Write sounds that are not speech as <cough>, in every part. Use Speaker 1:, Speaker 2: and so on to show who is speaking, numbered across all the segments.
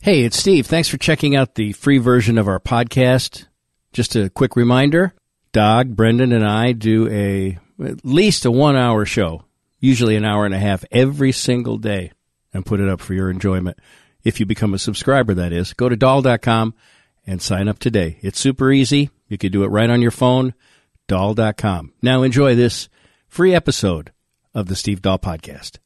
Speaker 1: Hey, it's Steve. Thanks for checking out the free version of our podcast. Just a quick reminder Dog, Brendan, and I do a at least a one hour show, usually an hour and a half every single day, and put it up for your enjoyment. If you become a subscriber, that is, go to doll.com and sign up today. It's super easy. You can do it right on your phone, doll.com. Now enjoy this free episode of the Steve Doll Podcast.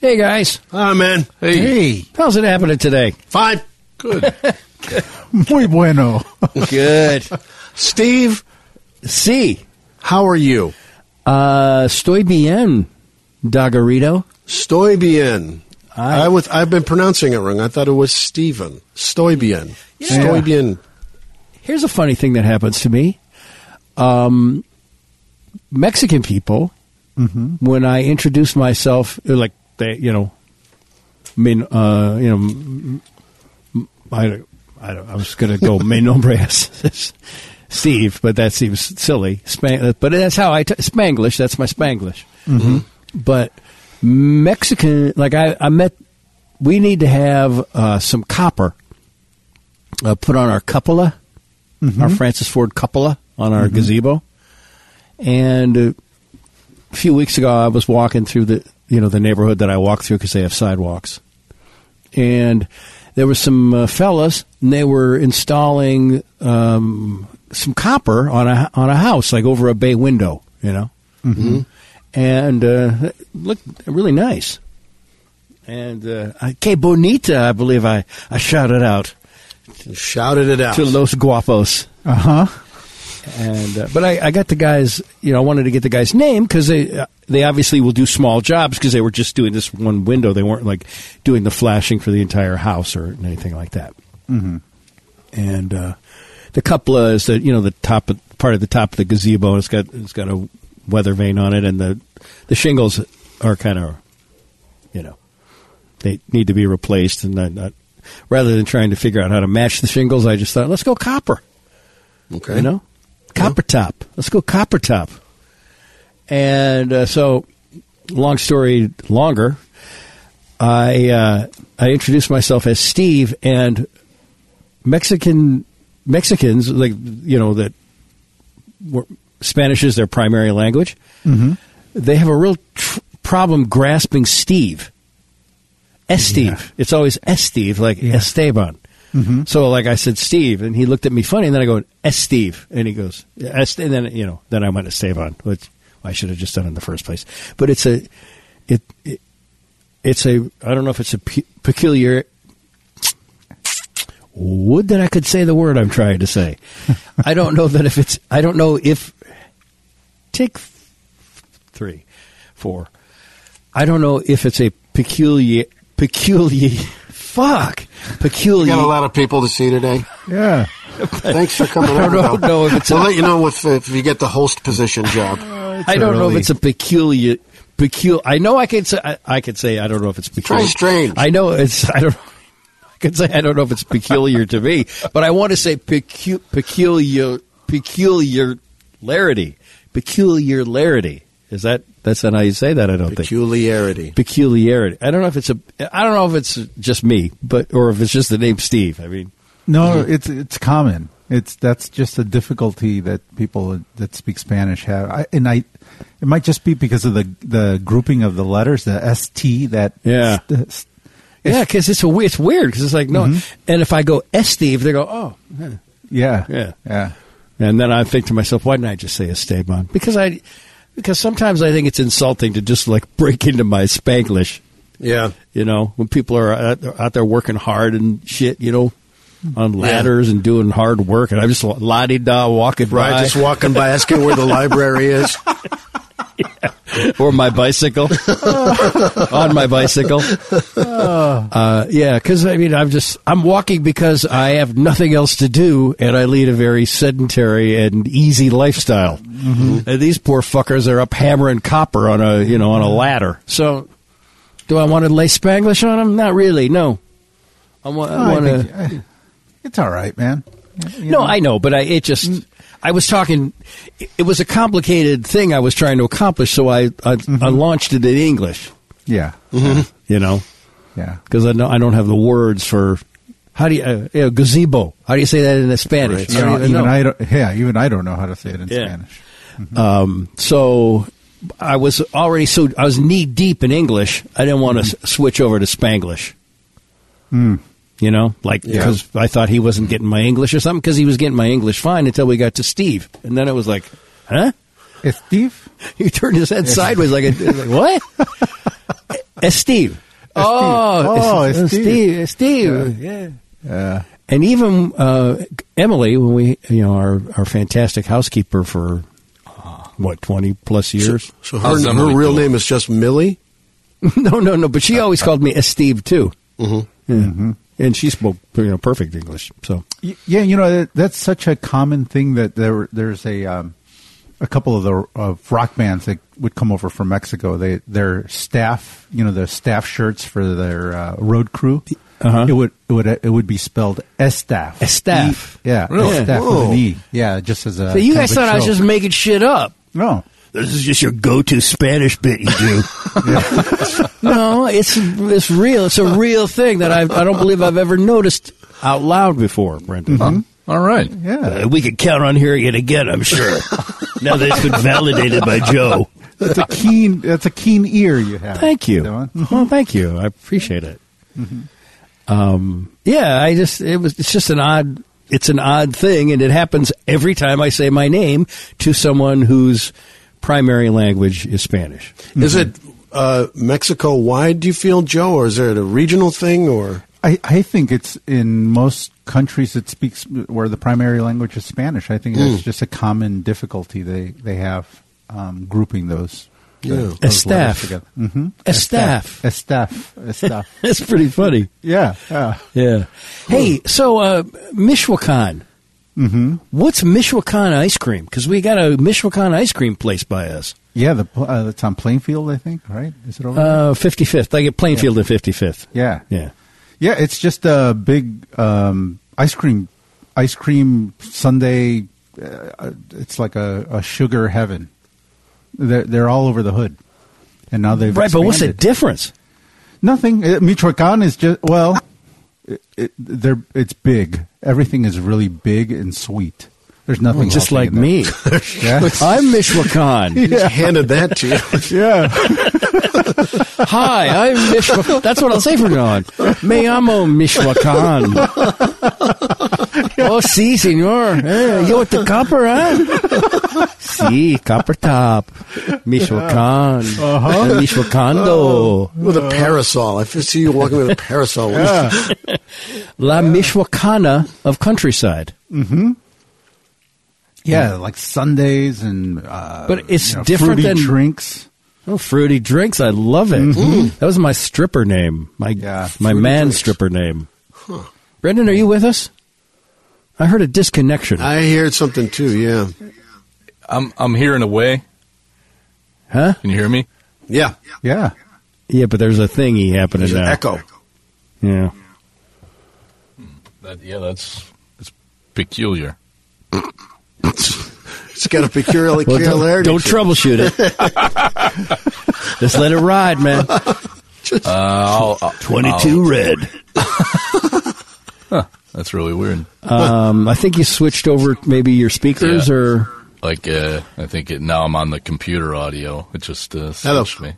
Speaker 1: Hey guys,
Speaker 2: Ah, man.
Speaker 3: Hey,
Speaker 1: how's it happening today?
Speaker 2: Fine. Good.
Speaker 3: muy bueno.
Speaker 1: Good.
Speaker 2: Steve,
Speaker 1: See,
Speaker 2: how are you?
Speaker 1: Uh, estoy bien, Dagarito.
Speaker 2: Stoy bien. I, was, I've been pronouncing it wrong. I thought it was Stephen. Stoy bien. Stoy bien.
Speaker 1: Here's a funny thing that happens to me. Um, Mexican people, when I introduce myself, they're like they, you know, I mean, uh, you know, m- m- I, don't- I, don't- I was going to go mi nombre es Steve, but that seems silly. Span- but that's how I t- Spanglish. That's my Spanglish. But Mexican, like I, I met, we need to have uh, some copper uh, put on our cupola, our Francis Ford cupola on our gazebo. And uh, a few weeks ago, I was walking through the you know the neighborhood that I walk through because they have sidewalks, and there were some uh, fellas and they were installing um, some copper on a on a house like over a bay window, you know, mm-hmm. and uh, looked really nice. And uh, I- que bonita, I believe I, I shouted out
Speaker 2: Shouted it out.
Speaker 1: to Los Guapos.
Speaker 3: Uh huh.
Speaker 1: And uh, but I, I got the guys. You know, I wanted to get the guy's name because they uh, they obviously will do small jobs because they were just doing this one window. They weren't like doing the flashing for the entire house or anything like that. Mm-hmm. And uh, the cupola is the you know the top of, part of the top of the gazebo. It's got it's got a weather vane on it, and the the shingles are kind of you know they need to be replaced. And I, I, rather than trying to figure out how to match the shingles, I just thought let's go copper.
Speaker 2: okay.
Speaker 1: You know, copper top. Let's go copper top. And uh, so, long story longer. I uh, I introduced myself as Steve, and Mexican Mexicans like you know that were, Spanish is their primary language.
Speaker 3: Mm-hmm.
Speaker 1: They have a real tr- problem grasping Steve. Steve. It's always Steve, like Esteban. So, like I said, Steve, and he looked at me funny, and then I go, Steve, and he goes, "Est-" and then you know, then I went Esteban, which I should have just done in the first place. But it's a, it, it it's a, I don't know if it's a pe- peculiar. Would that I could say the word I'm trying to say. I don't know that if it's, I don't know if take f- three, four. I don't know if it's a peculiar, peculiar, fuck,
Speaker 2: We
Speaker 1: peculiar.
Speaker 2: got a lot of people to see today.
Speaker 3: Yeah.
Speaker 2: Thanks for coming
Speaker 1: I
Speaker 2: over.
Speaker 1: don't
Speaker 2: though.
Speaker 1: know if it's
Speaker 2: We'll
Speaker 1: a-
Speaker 2: let you know if, if you get the host position job.
Speaker 1: I don't know if
Speaker 3: early.
Speaker 1: it's a peculiar. Peculiar. I know I could say. I, I could say. I don't know if it's peculiar.
Speaker 2: strange.
Speaker 1: I know it's. <laughs> I don't. I could say. I don't know if it's peculiar to me, but I want to say pecu, peculiar. Peculiarity. Peculiarity. Is that? That's not how you say that. I don't think.
Speaker 2: <laughs> Peculiarity.
Speaker 1: Peculiarity. I don't know if it's a. I don't know if it's just me, but or if it's just the name Steve. I mean,
Speaker 3: No,
Speaker 1: Mm-hmm.
Speaker 3: it's it's common. It's that's just a difficulty that people that speak Spanish have, I, and I. It might just be because of the the grouping of the letters, the ST that
Speaker 1: Yeah.
Speaker 3: st- st-
Speaker 1: yeah, because it's Mm-hmm. a. we- It's weird because it's like no. And if I go S Steve, they go oh. huh.
Speaker 3: yeah
Speaker 1: Yeah.
Speaker 3: yeah
Speaker 1: And then I think to myself, why didn't I just say Esteban? Because I, because sometimes I think it's insulting to just like <laughs> break into my Spanglish.
Speaker 2: Yeah.
Speaker 1: You know, when people are out, out there working hard and shit, you know, on ladders and doing hard work, and I'm just la di da walking
Speaker 2: Right.
Speaker 1: by
Speaker 2: Just walking by, asking where the library is.
Speaker 1: or my
Speaker 3: <laughs>
Speaker 1: bicycle on my bicycle.
Speaker 3: Ah.
Speaker 1: Uh, yeah, because I mean, I'm just I'm walking because I have nothing else to do, and I lead a very sedentary and easy lifestyle.
Speaker 3: Mm-hmm.
Speaker 1: And these poor fuckers are up hammering copper on a you know on a ladder. So, do I want to lay Spanglish on them? Not really. No, I want.
Speaker 3: Oh, I
Speaker 1: I want
Speaker 3: think-
Speaker 1: to.
Speaker 3: I- it's all right, man. You
Speaker 1: No,
Speaker 3: know?
Speaker 1: I know, but I it
Speaker 3: Mm.
Speaker 1: just I was talking. It, it was a complicated thing I was trying to accomplish, so I I, I
Speaker 3: Mm-hmm.
Speaker 1: launched it in English.
Speaker 3: yeah
Speaker 1: You know,
Speaker 3: yeah
Speaker 1: because I, know- I don't have the words for How do you, uh, you know, gazebo? How do you say that in Spanish?
Speaker 2: Right.
Speaker 1: I don't
Speaker 3: Yeah,
Speaker 1: even
Speaker 3: even
Speaker 1: know.
Speaker 3: I don't, yeah, even I don't know how to say it in
Speaker 1: Yeah.
Speaker 3: Spanish.
Speaker 1: Um, so I was already so I was knee deep in English. I didn't want to
Speaker 2: Mm.
Speaker 1: s- switch over to Spanglish. You know, like
Speaker 2: Yeah.
Speaker 1: because I thought he wasn't getting my English or something because he was getting my English fine until we got to Steve, and then it was like, huh?
Speaker 3: It's Steve.
Speaker 1: <laughs> He turned his head sideways like, a, like what? <laughs> It's Steve.
Speaker 3: Oh,
Speaker 1: it's,
Speaker 3: it's
Speaker 1: it's Steve.
Speaker 3: Steve.
Speaker 1: It's Steve. Yeah. And even uh, Emily, when we, you know, our, our fantastic housekeeper for uh, what twenty plus years.
Speaker 2: So her,
Speaker 4: How's
Speaker 2: her
Speaker 4: Emily
Speaker 2: real
Speaker 4: doing?
Speaker 2: name is just Millie.
Speaker 1: <laughs> no, no, no. But she always called me a Steve too. Mm-hmm. Yeah. And she spoke, you know, perfect English. So
Speaker 3: Y- Yeah, you know that- that's such a common thing that there there's a um, a couple of the of rock bands that would come over from Mexico. They their staff, you know, their staff shirts for their uh, road crew.
Speaker 1: Uh-huh.
Speaker 3: It would it would it would be spelled Estaf.
Speaker 1: Estaf.
Speaker 3: E- yeah,
Speaker 1: Really?
Speaker 3: Estaf with
Speaker 2: Whoa.
Speaker 3: an e. Yeah, just as a.
Speaker 1: So you
Speaker 3: kind
Speaker 1: guys
Speaker 3: of a
Speaker 1: thought I was
Speaker 3: joke.
Speaker 1: just making shit up.
Speaker 3: no.
Speaker 1: This is just your go-to Spanish bit you do. <laughs> no, it's it's real. It's a real thing that I I don't believe I've ever noticed out loud before, Brendan.
Speaker 2: Mm-hmm.
Speaker 4: All right.
Speaker 3: Yeah,
Speaker 1: <laughs> Uh, we could count on hearing it again, I'm sure. <laughs> now that it's been validated by Joe.
Speaker 3: that's a keen that's a keen ear you have.
Speaker 1: Thank you.
Speaker 3: Dylan.
Speaker 1: Well, thank you. I appreciate it.
Speaker 2: Mm-hmm.
Speaker 1: Um, yeah, I just it was it's just an odd it's an odd thing, and it happens every time I say my name to someone whose primary language is Spanish.
Speaker 2: Is it uh, Mexico wide? Do you feel, Joe, or is it a regional thing? Or
Speaker 3: I, I think it's in most countries it speaks where the primary language is Spanish. I think that's just a common difficulty they they have um, grouping those.
Speaker 2: Yeah.
Speaker 3: those
Speaker 1: A
Speaker 3: letters
Speaker 1: staff.
Speaker 3: together. Mm-hmm. Uh,
Speaker 1: A staff.
Speaker 3: A staff. A staff.
Speaker 1: <laughs> That's pretty funny.
Speaker 3: <laughs> yeah. Uh, yeah.
Speaker 1: Yeah. Hey, so uh, Michoacan. Mm-hmm. What's Michoacan ice cream? Because we got a Michoacan ice cream place by us.
Speaker 3: Yeah. The pl- uh, it's on Plainfield, I think. Right? Is it over? there?
Speaker 1: Uh, 55th. Like at Plainfield and 55th.
Speaker 3: yeah.
Speaker 1: Yeah.
Speaker 3: Yeah, it's just a big um, ice cream, ice cream Sunday. Uh, it's like a, a sugar heaven. They're they're all over the hood, and now they've
Speaker 1: Right, but what's the
Speaker 3: expanded.
Speaker 1: difference?
Speaker 3: Nothing. Uh, Michoacan is just well, it, it, they're it's big. Everything is really big and sweet. There's nothing
Speaker 1: Mm, Just
Speaker 3: healthy
Speaker 1: like
Speaker 3: in there.
Speaker 1: me. <laughs>
Speaker 3: <laughs> Yeah.
Speaker 1: I'm Michoacan.
Speaker 2: he just handed that to you.
Speaker 3: yeah.
Speaker 1: Hi, I'm Michoacan. That's what I'll say from now on. Me amo Michoacan. Oh, si, senor. Eh, you want the copper, huh? Si, copper top. Michoacan.
Speaker 3: Uh-huh.
Speaker 1: El Michoacando.
Speaker 2: <laughs> With a parasol. I f- see you walking with a <laughs> parasol.
Speaker 1: La Michoacana of countryside.
Speaker 3: Yeah, like Sundays and uh,
Speaker 1: But it's
Speaker 3: you know,
Speaker 1: different
Speaker 3: fruity
Speaker 1: than-
Speaker 3: drinks.
Speaker 1: Oh, fruity drinks. I love it. Mm. That was my stripper name. My
Speaker 3: Yeah,
Speaker 1: my
Speaker 3: fruity
Speaker 1: man
Speaker 2: Mm-hmm. drinks.
Speaker 1: stripper name. Brendan, are you with us? I heard a disconnection.
Speaker 2: I heard something too, yeah.
Speaker 4: I'm I'm here in a way.
Speaker 1: huh?
Speaker 4: Can you hear me?
Speaker 2: Yeah.
Speaker 1: <laughs>
Speaker 3: Yeah.
Speaker 1: Yeah, but there's a thingy happening
Speaker 2: There's an
Speaker 1: now.
Speaker 2: echo.
Speaker 1: Yeah.
Speaker 4: That, yeah, that's that's peculiar.
Speaker 2: It's got a peculiar
Speaker 1: Well, don't,
Speaker 2: peculiarity.
Speaker 1: don't
Speaker 2: to it.
Speaker 1: troubleshoot
Speaker 4: <laughs>
Speaker 1: it. Just let it ride, man.
Speaker 4: Uh, I'll, I'll-
Speaker 1: Twenty-two red.
Speaker 4: that's really weird.
Speaker 1: Um, I think you switched over maybe your speakers
Speaker 4: Yeah.
Speaker 1: or
Speaker 4: Like uh, I think it, now I'm on the computer audio. It just uh,
Speaker 2: Hello.
Speaker 4: switched me.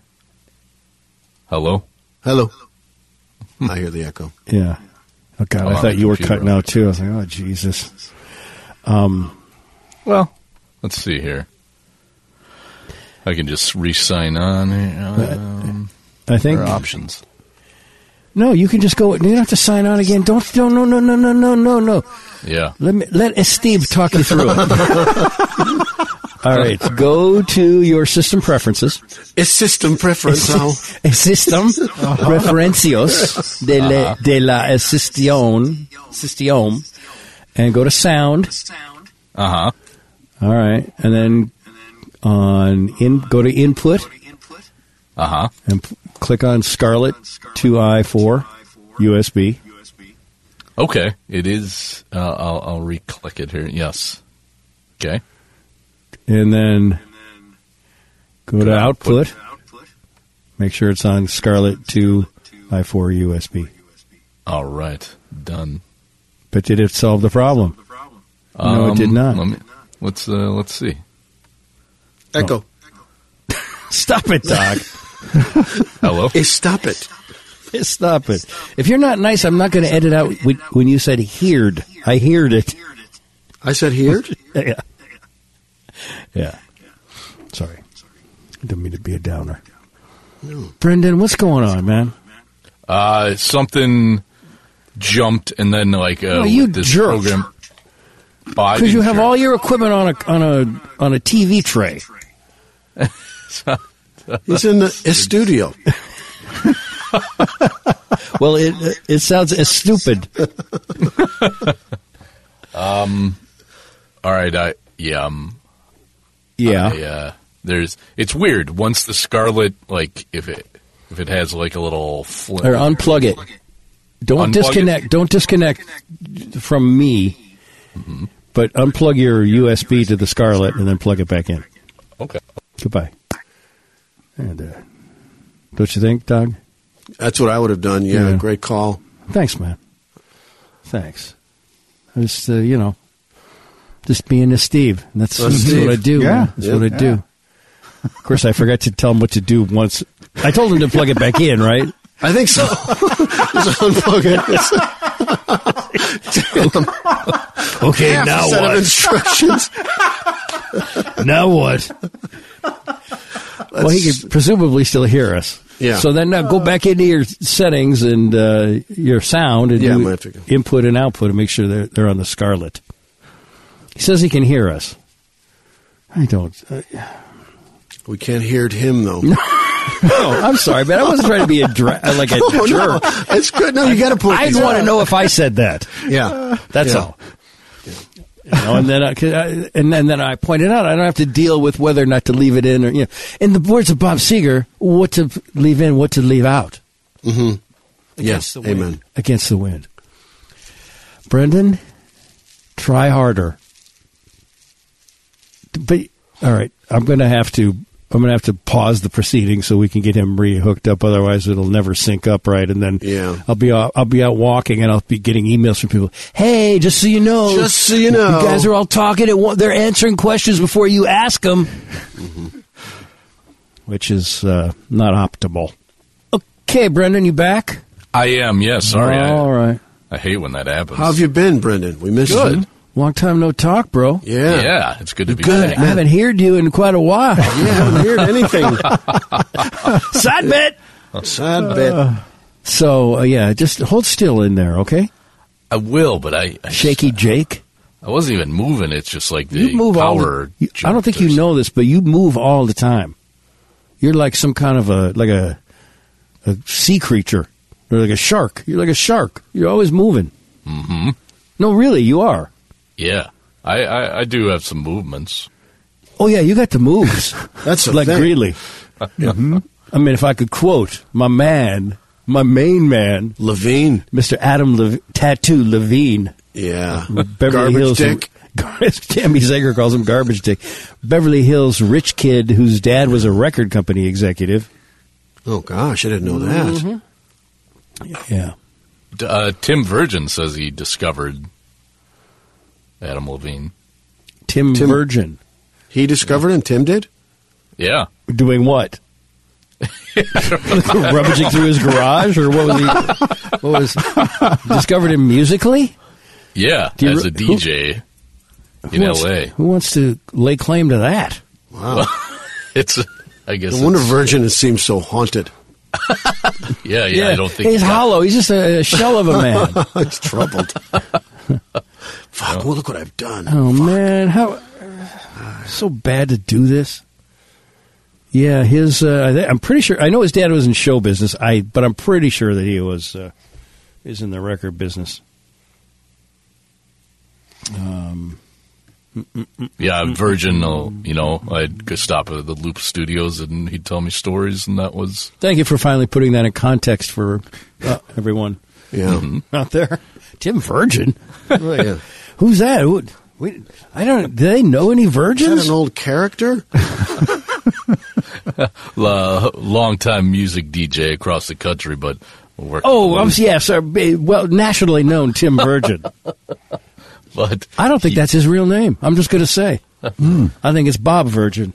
Speaker 4: Hello.
Speaker 2: Hello. I hear the echo.
Speaker 1: yeah. Oh God,
Speaker 4: I'm
Speaker 1: I
Speaker 4: on
Speaker 1: thought
Speaker 4: the
Speaker 1: you were
Speaker 4: computer.
Speaker 1: cutting out too. I was like, oh Jesus.
Speaker 4: Well, let's see here. I can just re-sign on. here. Um,
Speaker 1: I think
Speaker 4: there are options.
Speaker 1: no. You can just go. You don't have to sign on again. Don't. No. No. No. No. No. No. No. No.
Speaker 4: Yeah.
Speaker 1: Let me let Steve talk you
Speaker 4: <laughs>
Speaker 1: through it. All right, go to your system preferences.
Speaker 2: It's system preference. Oh. Al.
Speaker 1: System preferencias de la, de la Sistión, Sistión, and go to sound.
Speaker 5: sound.
Speaker 4: Uh huh.
Speaker 1: All right, and
Speaker 5: And
Speaker 1: then
Speaker 5: then
Speaker 1: on in go to input
Speaker 5: go to input
Speaker 4: Uh huh.
Speaker 1: and p- click on Scarlet
Speaker 5: on Scarlet
Speaker 1: 2i4
Speaker 5: 2i4
Speaker 1: USB.
Speaker 5: USB.
Speaker 4: Okay. It is. Uh, I'll, I'll re-click it here. Yes. Okay.
Speaker 1: And then
Speaker 5: And then
Speaker 1: go to output,
Speaker 5: to output
Speaker 1: make sure it's on Scarlet 2i4 USB.
Speaker 4: All right. Done.
Speaker 1: but did it solve the problem? No, it
Speaker 4: Um,
Speaker 1: did not.
Speaker 4: Let me, let's uh, let's see.
Speaker 2: <laughs> Echo.
Speaker 1: Stop it, Doc. <laughs>
Speaker 4: Hello.
Speaker 2: Hey, stop it.
Speaker 1: Stop it. If you're not nice, I'm not going to edit out when- when you said heard. I heard it. <laughs>
Speaker 2: I said <laughs> here.
Speaker 1: Yeah. Yeah. Sorry. I didn't mean to be a downer. Brendan, what's going on, man?
Speaker 4: Uh, something jumped, and then like uh,
Speaker 1: No, you
Speaker 4: this
Speaker 1: jerk.
Speaker 4: program. Oh, I
Speaker 1: Because you
Speaker 4: didn't
Speaker 1: have
Speaker 4: jerk.
Speaker 1: all your equipment on a on a on a TV tray.
Speaker 2: He's in the <laughs> his studio.
Speaker 1: Well, it it sounds as stupid.
Speaker 4: All right. I yeah. Um, I,
Speaker 1: Yeah.
Speaker 4: uh, there's. It's weird. Once the Scarlet, like if it if it has like a little flip.
Speaker 1: Or unplug it. Don't
Speaker 4: Unplug
Speaker 1: disconnect.
Speaker 4: it?
Speaker 1: Don't disconnect from me. Mm-hmm. But unplug your USB to the Scarlet and then plug it back in.
Speaker 4: okay.
Speaker 1: Goodbye. And uh, don't you think, Doug?
Speaker 2: That's what I would have done. Yeah,
Speaker 1: Yeah.
Speaker 2: great call.
Speaker 1: Thanks, man. Thanks. I was, uh, you know, just being a Steve. And that's
Speaker 2: A
Speaker 1: that's
Speaker 2: Steve.
Speaker 1: what I do.
Speaker 3: Yeah.
Speaker 1: man. That's what I
Speaker 3: Yeah.
Speaker 1: do. Of course, I forgot to tell him what to do once. I told him to plug it back in, right?
Speaker 2: I
Speaker 1: <laughs>
Speaker 2: think so. Just unplug it.
Speaker 1: <laughs> Okay,
Speaker 2: Half a
Speaker 1: now
Speaker 2: set of
Speaker 1: what?
Speaker 2: instructions.
Speaker 1: Now what? well, he could presumably still hear us.
Speaker 2: Yeah.
Speaker 1: So then now go back into your settings and uh, your sound and
Speaker 2: Yeah,
Speaker 1: do
Speaker 2: I'm gonna have to go.
Speaker 1: input and output and make sure they're, they're on the scarlet. He says he can hear us. I don't. Uh,
Speaker 2: <laughs>
Speaker 1: <laughs>
Speaker 2: We can't hear him though.
Speaker 1: oh, I'm sorry, man. I wasn't trying to be a dra- like a
Speaker 2: Oh, <laughs> no,
Speaker 1: jerk.
Speaker 2: it's good. No, you got to put.
Speaker 1: I'd
Speaker 2: these
Speaker 1: want to
Speaker 2: on.
Speaker 1: know if I said that.
Speaker 2: Yeah,
Speaker 1: That's
Speaker 2: Yeah.
Speaker 1: all. You know, and then I, 'cause I- and then, then I pointed out I don't have to deal with whether or not to leave it in or you know. In the words of Bob Seger, what to leave in, what to leave out.
Speaker 2: Mm-hmm.
Speaker 1: Against
Speaker 2: Yes,
Speaker 1: the wind.
Speaker 2: amen.
Speaker 1: Against the wind. Brendan, try harder. But all right, I'm going to have to. I'm going to have to pause the proceeding so we can get him rehooked up. Otherwise, it'll never sync up right. And then
Speaker 2: Yeah.
Speaker 1: I'll be out, I'll be out walking and I'll be getting emails from people. Hey, just so you know,
Speaker 2: Just so you know."
Speaker 1: you guys are all talking. At one, they're answering questions before you ask them, which is uh, not optimal. Okay, Brendan, you back?
Speaker 4: I am. Yeah. Sorry.
Speaker 1: All
Speaker 4: I,
Speaker 1: right.
Speaker 4: I hate when that happens.
Speaker 2: How have you been, Brendan? We missed
Speaker 4: Good.
Speaker 2: you.
Speaker 1: Long time no talk, bro.
Speaker 2: Yeah.
Speaker 4: Yeah. It's good to be
Speaker 2: Good,
Speaker 4: back.
Speaker 1: I haven't heard you in quite a while.
Speaker 2: Yeah, I haven't heard
Speaker 1: <laughs>
Speaker 2: anything.
Speaker 1: Side bet.
Speaker 2: Sad bit.
Speaker 1: So uh, yeah, just hold still in there, okay?
Speaker 4: I will, but I, I
Speaker 1: Shaky Jake.
Speaker 4: I wasn't even moving. It's just like the
Speaker 1: You move all.
Speaker 4: power.
Speaker 1: The, you- I don't
Speaker 4: jumped
Speaker 1: think
Speaker 4: or
Speaker 1: you know this, but you move all the time. You're like some kind of a like a a sea creature, or like a shark. You're like a shark. You're always moving. Mm-hmm. No, really, you are.
Speaker 4: Yeah, I, I, I do have some movements.
Speaker 1: Oh yeah, you got the moves.
Speaker 2: <laughs> That's the
Speaker 1: like
Speaker 2: thing. <laughs>
Speaker 1: Greeley. Mhm. I mean, if I could quote my man, my main man,
Speaker 2: Levine.
Speaker 1: Mr. Adam Lev Tattoo Levine,
Speaker 2: Yeah.
Speaker 1: Beverly
Speaker 2: Garbage
Speaker 1: Hills. <laughs>
Speaker 2: dick.
Speaker 1: Tammy Zegger calls him garbage dick. Beverly Hills rich kid whose dad was a record company executive.
Speaker 2: Oh gosh, I didn't know that.
Speaker 1: Mm-hmm. Yeah.
Speaker 4: D- Uh, Tim Virgin says he discovered Adam Levine.
Speaker 1: Tim,
Speaker 2: Tim-
Speaker 1: Virgin.
Speaker 2: He discovered and Tim did.
Speaker 4: Yeah,
Speaker 1: Doing what? <laughs> Rummaging through his garage, or what was he? What was discovered him musically?
Speaker 4: yeah,
Speaker 1: Do you
Speaker 4: as
Speaker 1: re-
Speaker 4: a DJ in
Speaker 1: who wants-
Speaker 4: L.A.
Speaker 1: who wants to lay claim to that?
Speaker 2: Wow.
Speaker 4: <laughs> It's I guess.
Speaker 2: No wonder
Speaker 4: it's-
Speaker 2: Virgin seems so haunted. <laughs>
Speaker 4: yeah, yeah, I don't think
Speaker 1: he's
Speaker 4: he got-
Speaker 1: hollow. He's just a, a shell of a man.
Speaker 2: it's
Speaker 1: <laughs>
Speaker 2: troubled. Fuck! Well, look what I've done.
Speaker 1: oh man, how so bad to do this? Yeah, his. Uh, I thi- I'm pretty sure. I know his dad was in show business. I, but I'm pretty sure that he was uh, is in the record business.
Speaker 4: Yeah, Virgin. will you know, I'd go stop at the Loop Studios and he'd tell me stories, and that was
Speaker 1: Thank you for finally putting that in context for uh, everyone
Speaker 2: Yeah.
Speaker 1: out there. Tim Virgin,
Speaker 2: Oh, yeah.
Speaker 1: who's that? Who, we, I don't. Do they know any
Speaker 2: Is that
Speaker 1: virgins?
Speaker 2: an old character?
Speaker 4: a long time music DJ across the country, but We'll work
Speaker 1: Oh,
Speaker 4: with
Speaker 1: um,
Speaker 4: those.
Speaker 1: yes, our, ba- well, nationally known Tim Virgin.
Speaker 4: But
Speaker 1: I don't think that's his real name. I'm just going to say. I think it's Bob Virgin.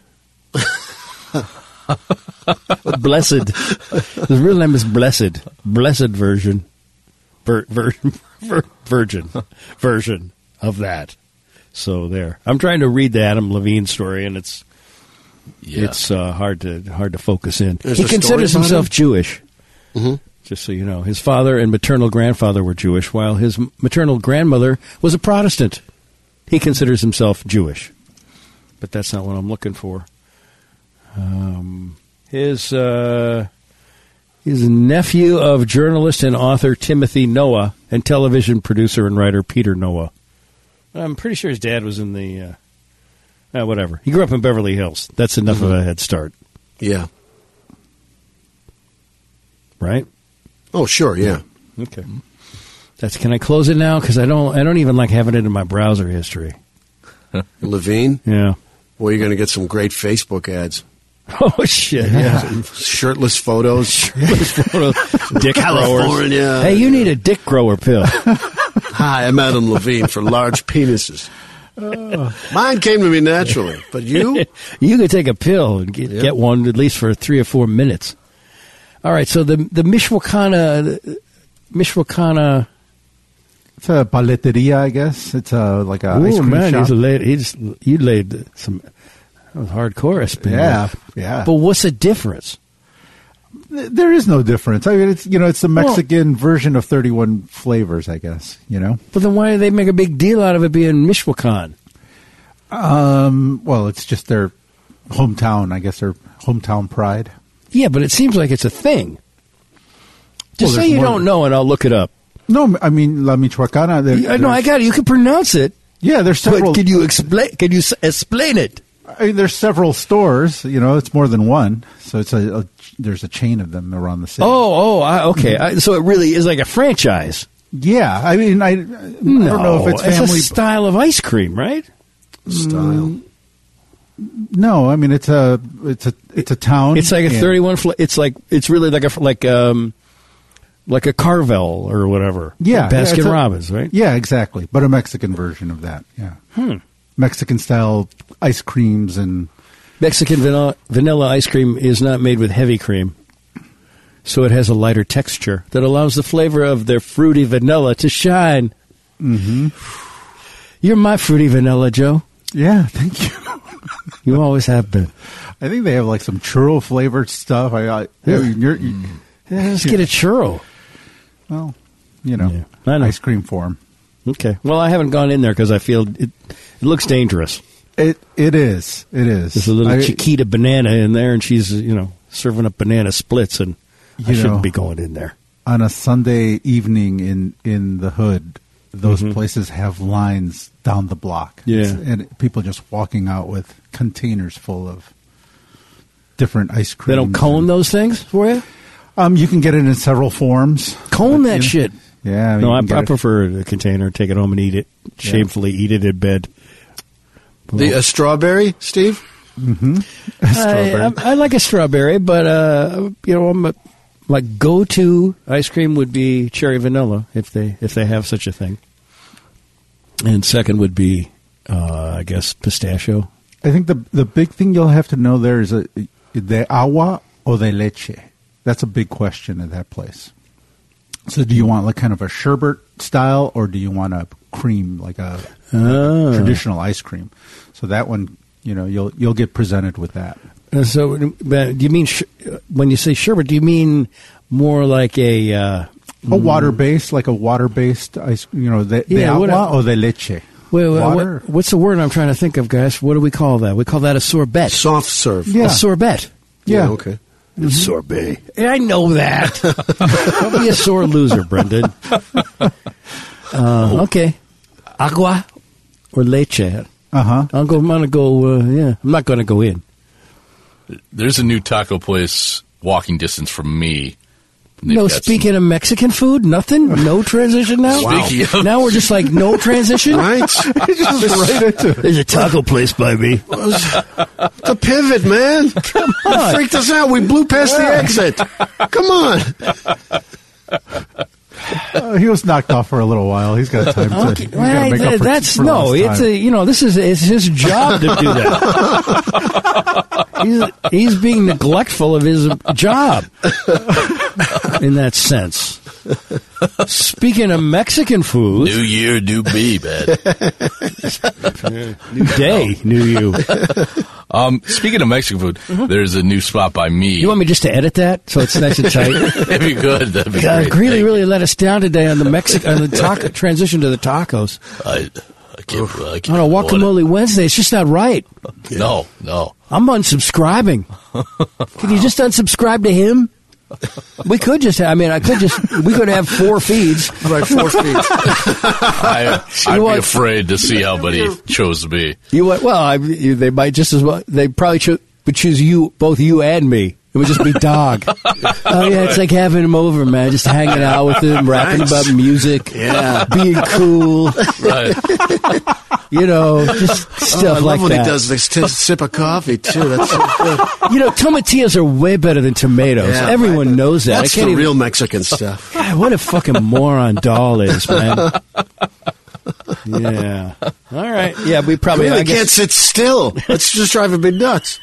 Speaker 1: Blessed. His real name is Blessed. Blessed Virgin. Vir, vir, vir, virgin. Version of that. So there. I'm trying to read the Adam Levine story, and it's
Speaker 4: yeah.
Speaker 1: it's uh, hard to hard to focus in.
Speaker 2: There's
Speaker 1: he
Speaker 2: a story
Speaker 1: considers
Speaker 2: about Mm-hmm.
Speaker 1: himself
Speaker 2: him?
Speaker 1: Jewish. Just so you know, his father and maternal grandfather were Jewish, while his maternal grandmother was a Protestant. He considers himself Jewish, but that's not what I'm looking for. Um, his uh, his nephew of journalist and author Timothy Noah and television producer and writer Peter Noah. I'm pretty sure his dad was in the. Uh, uh, whatever. He grew up in Beverly Hills. That's enough
Speaker 2: Mm-hmm.
Speaker 1: of a head start,
Speaker 2: Yeah.
Speaker 1: right?
Speaker 2: Oh, sure. Yeah.
Speaker 1: Okay. That's. Can I close it now? Because I don't. I don't even like having it in my browser history.
Speaker 2: Levine,
Speaker 1: Yeah.
Speaker 2: well, you're going to get some great Facebook ads.
Speaker 1: <laughs> Oh shit. Yeah.
Speaker 2: <laughs> Shirtless
Speaker 1: <laughs>
Speaker 2: photos.
Speaker 1: dick growers.
Speaker 2: California.
Speaker 1: Hey, you need a dick grower
Speaker 3: <laughs>
Speaker 1: pill.
Speaker 2: Hi, I'm Adam Levine for large penises.
Speaker 1: Oh.
Speaker 2: Mine came to me naturally,
Speaker 1: <laughs>
Speaker 2: but you?
Speaker 1: you could take a pill and get, get one at least for three or four minutes. All right. So the the Mishwakana, the Mishwakana.
Speaker 3: It's a paleteria, I guess. It's a like a Uh, ice
Speaker 1: oh
Speaker 3: cream
Speaker 1: man,
Speaker 3: shop.
Speaker 1: he's laid, he's, you laid some that was hardcore. Espinel.
Speaker 3: yeah, yeah.
Speaker 1: But what's the difference?
Speaker 3: Th- there is no difference. I mean, it's you know, it's the Mexican version of thirty-one flavors, I guess. You know,
Speaker 1: But then why do they make a big deal out of it being Michoacan?
Speaker 3: um, well, it's just their hometown, I guess, their hometown pride.
Speaker 1: Yeah, but it seems like it's a thing. Just
Speaker 3: Well,
Speaker 1: say
Speaker 3: there's
Speaker 1: you
Speaker 3: more-
Speaker 1: don't know, and I'll look it up.
Speaker 3: No, I mean La Michoacana. There,
Speaker 1: I know I
Speaker 3: there's-
Speaker 1: got it. You can pronounce it,
Speaker 3: Yeah, there's several.
Speaker 1: but can you explain? Can you s- explain it?
Speaker 3: I mean, there's several stores. You know, it's more than one. So it's a, a there's a chain of them around the city.
Speaker 1: Oh, oh, I, okay.
Speaker 3: Mm-hmm.
Speaker 1: I, so it really is like a franchise.
Speaker 3: yeah. I mean, I,
Speaker 1: No,
Speaker 3: I don't know if it's
Speaker 1: a
Speaker 3: family.
Speaker 1: style of ice cream, right?
Speaker 2: Style.
Speaker 3: no, I mean it's a it's a it's a town.
Speaker 1: It's like a
Speaker 3: and-
Speaker 1: thirty-one. Fl- it's like it's really like a f- like um like a Carvel or whatever.
Speaker 3: Yeah, yeah,
Speaker 1: Baskin
Speaker 3: it's a-
Speaker 1: Robbins, right? Hmm.
Speaker 3: Yeah, exactly. But a Mexican version of that. Yeah. Mexican style ice creams and
Speaker 1: Mexican vanilla, vanilla ice cream is not made with heavy cream, so it has a lighter texture that allows the flavor of their fruity vanilla to shine. Mm-hmm. You're my fruity vanilla, Joe.
Speaker 3: yeah, <laughs> thank you. Uh,
Speaker 1: You always have been.
Speaker 3: I think they have like some churro flavored stuff. I, I I mean, you're, you
Speaker 1: Mm. Yeah, let's get a churro.
Speaker 3: well, you know,
Speaker 1: Yeah, I know.
Speaker 3: ice cream form.
Speaker 1: Okay. Well, I haven't gone in there because I feel it, it looks dangerous.
Speaker 3: It it is. It is.
Speaker 1: There's a little
Speaker 3: I-
Speaker 1: Chiquita banana in there, and she's you know serving up banana splits, and I
Speaker 3: You
Speaker 1: shouldn't
Speaker 3: know.
Speaker 1: be going in there.
Speaker 3: on a Sunday evening in in the hood, those places have lines down the block.
Speaker 1: Mm-hmm. Yeah.
Speaker 3: It's- and people just walking out with containers full of different ice cream.
Speaker 1: They don't cone those things for you.
Speaker 3: Um, you can get it in several forms.
Speaker 1: Cone that
Speaker 3: You-
Speaker 1: shit.
Speaker 3: Yeah. you
Speaker 1: no, I,
Speaker 3: can get
Speaker 1: I
Speaker 3: it-
Speaker 1: prefer the container. Take it home and eat it. Shamefully eat it in bed.
Speaker 2: The a strawberry, Steve?
Speaker 3: strawberry.
Speaker 1: <laughs> I, I, I like a strawberry, but uh, you know, I'm a, my go-to ice cream would be cherry vanilla if they if they have such a thing. And second would be, uh, I guess, pistachio.
Speaker 3: I think the the big thing you'll have to know there is a the agua or the leche. That's a big question at that place. So, do you want like kind of a sherbet style, or do you want a cream like a
Speaker 1: Ah.
Speaker 3: traditional ice cream? So that one, you know, you'll you'll get presented with that.
Speaker 1: Uh, So, but do you mean sh- when you say sherbet? Do you mean more like a? Uh,
Speaker 3: A water based, like a water based ice, you know, the, the
Speaker 1: Yeah, what
Speaker 3: agua
Speaker 1: I-
Speaker 3: or the leche.
Speaker 1: wait, wait,
Speaker 3: water.
Speaker 1: what- what's the word I'm trying to think of, guys? What do we call that? We call that a sorbet.
Speaker 2: Soft serve.
Speaker 3: Yeah.
Speaker 1: A sorbet.
Speaker 3: yeah.
Speaker 2: okay.
Speaker 1: Mm-hmm. Sorbet. I know that. <laughs> Don't be a sore loser, <laughs> Brendan. Uh, okay. Agua or leche?
Speaker 3: Uh
Speaker 1: <laughs>
Speaker 3: huh.
Speaker 1: I'll go. I'm gonna go. Uh, yeah, I'm not gonna go in.
Speaker 4: there's a new taco place walking distance from me. And they've
Speaker 1: No,
Speaker 4: got some-
Speaker 1: speaking of Mexican food, nothing. No transition <laughs> now.
Speaker 4: Wow. Speaking of-
Speaker 1: Now we're just like no transition.
Speaker 2: Right?
Speaker 3: just right into it.
Speaker 1: <laughs> There's a taco place by me.
Speaker 2: the pivot, man. Come freaked us out. We blew past the exit. Come on.
Speaker 3: Uh, he was knocked off for a little while. He's got time to. he's gotta
Speaker 1: Well,
Speaker 3: make up
Speaker 1: I-
Speaker 3: for-
Speaker 1: that's
Speaker 3: for
Speaker 1: no.
Speaker 3: lost
Speaker 1: It's
Speaker 3: time.
Speaker 1: a you know this is it's his job to do that.
Speaker 3: <laughs>
Speaker 1: he's, he's being neglectful of his job in that sense. Speaking of Mexican food,
Speaker 4: New year, new
Speaker 1: <laughs>
Speaker 4: me, man.
Speaker 1: new
Speaker 3: <laughs>
Speaker 1: day, new you.
Speaker 4: Um, speaking of Mexican food, there's a new spot by me.
Speaker 1: Mm-hmm. You want me just to edit that so it's nice and
Speaker 3: <laughs>
Speaker 1: tight?
Speaker 4: if you could, <laughs> that'd be
Speaker 1: God,
Speaker 4: great.
Speaker 1: Greeley
Speaker 4: Thank
Speaker 1: really let us down today on the Mexican on the taco transition to the tacos
Speaker 4: you. I, I can't. I can't
Speaker 1: on a
Speaker 4: afford it.
Speaker 1: guacamole Wednesday. It's just not right.
Speaker 4: No, no.
Speaker 1: I'm unsubscribing. Can you just unsubscribe to him? We could just. I mean, I could just. We could have four feeds.
Speaker 2: Right, four feet.
Speaker 1: <laughs>
Speaker 4: I, I'd
Speaker 1: want-
Speaker 4: be afraid to see how
Speaker 1: <laughs>
Speaker 4: many chose me.
Speaker 1: You went, well. I, you, they might just as well. They probably cho- would choose you, both you and me. It would just be dog.
Speaker 2: <laughs>
Speaker 1: oh yeah, it's like having him over, man. Just hanging out with him, rapping
Speaker 2: Nice.
Speaker 1: about music, yeah, being cool.
Speaker 4: Right.
Speaker 1: You know, just stuff
Speaker 2: Oh, I love
Speaker 1: like
Speaker 2: when
Speaker 1: that.
Speaker 2: he does this t- sip of coffee
Speaker 1: <laughs>
Speaker 2: too. That's so good.
Speaker 1: You know, tomatillos are way better than tomatoes.
Speaker 2: Yeah,
Speaker 1: Everyone
Speaker 2: right.
Speaker 1: knows that. I
Speaker 2: That's
Speaker 1: can't
Speaker 2: the
Speaker 1: even,
Speaker 2: real Mexican stuff.
Speaker 1: God, what a fucking moron doll is, man. yeah. All right. Yeah, we
Speaker 2: I
Speaker 1: probably
Speaker 2: really
Speaker 1: I guess-
Speaker 2: can't sit still. Let's just drive a bit nuts.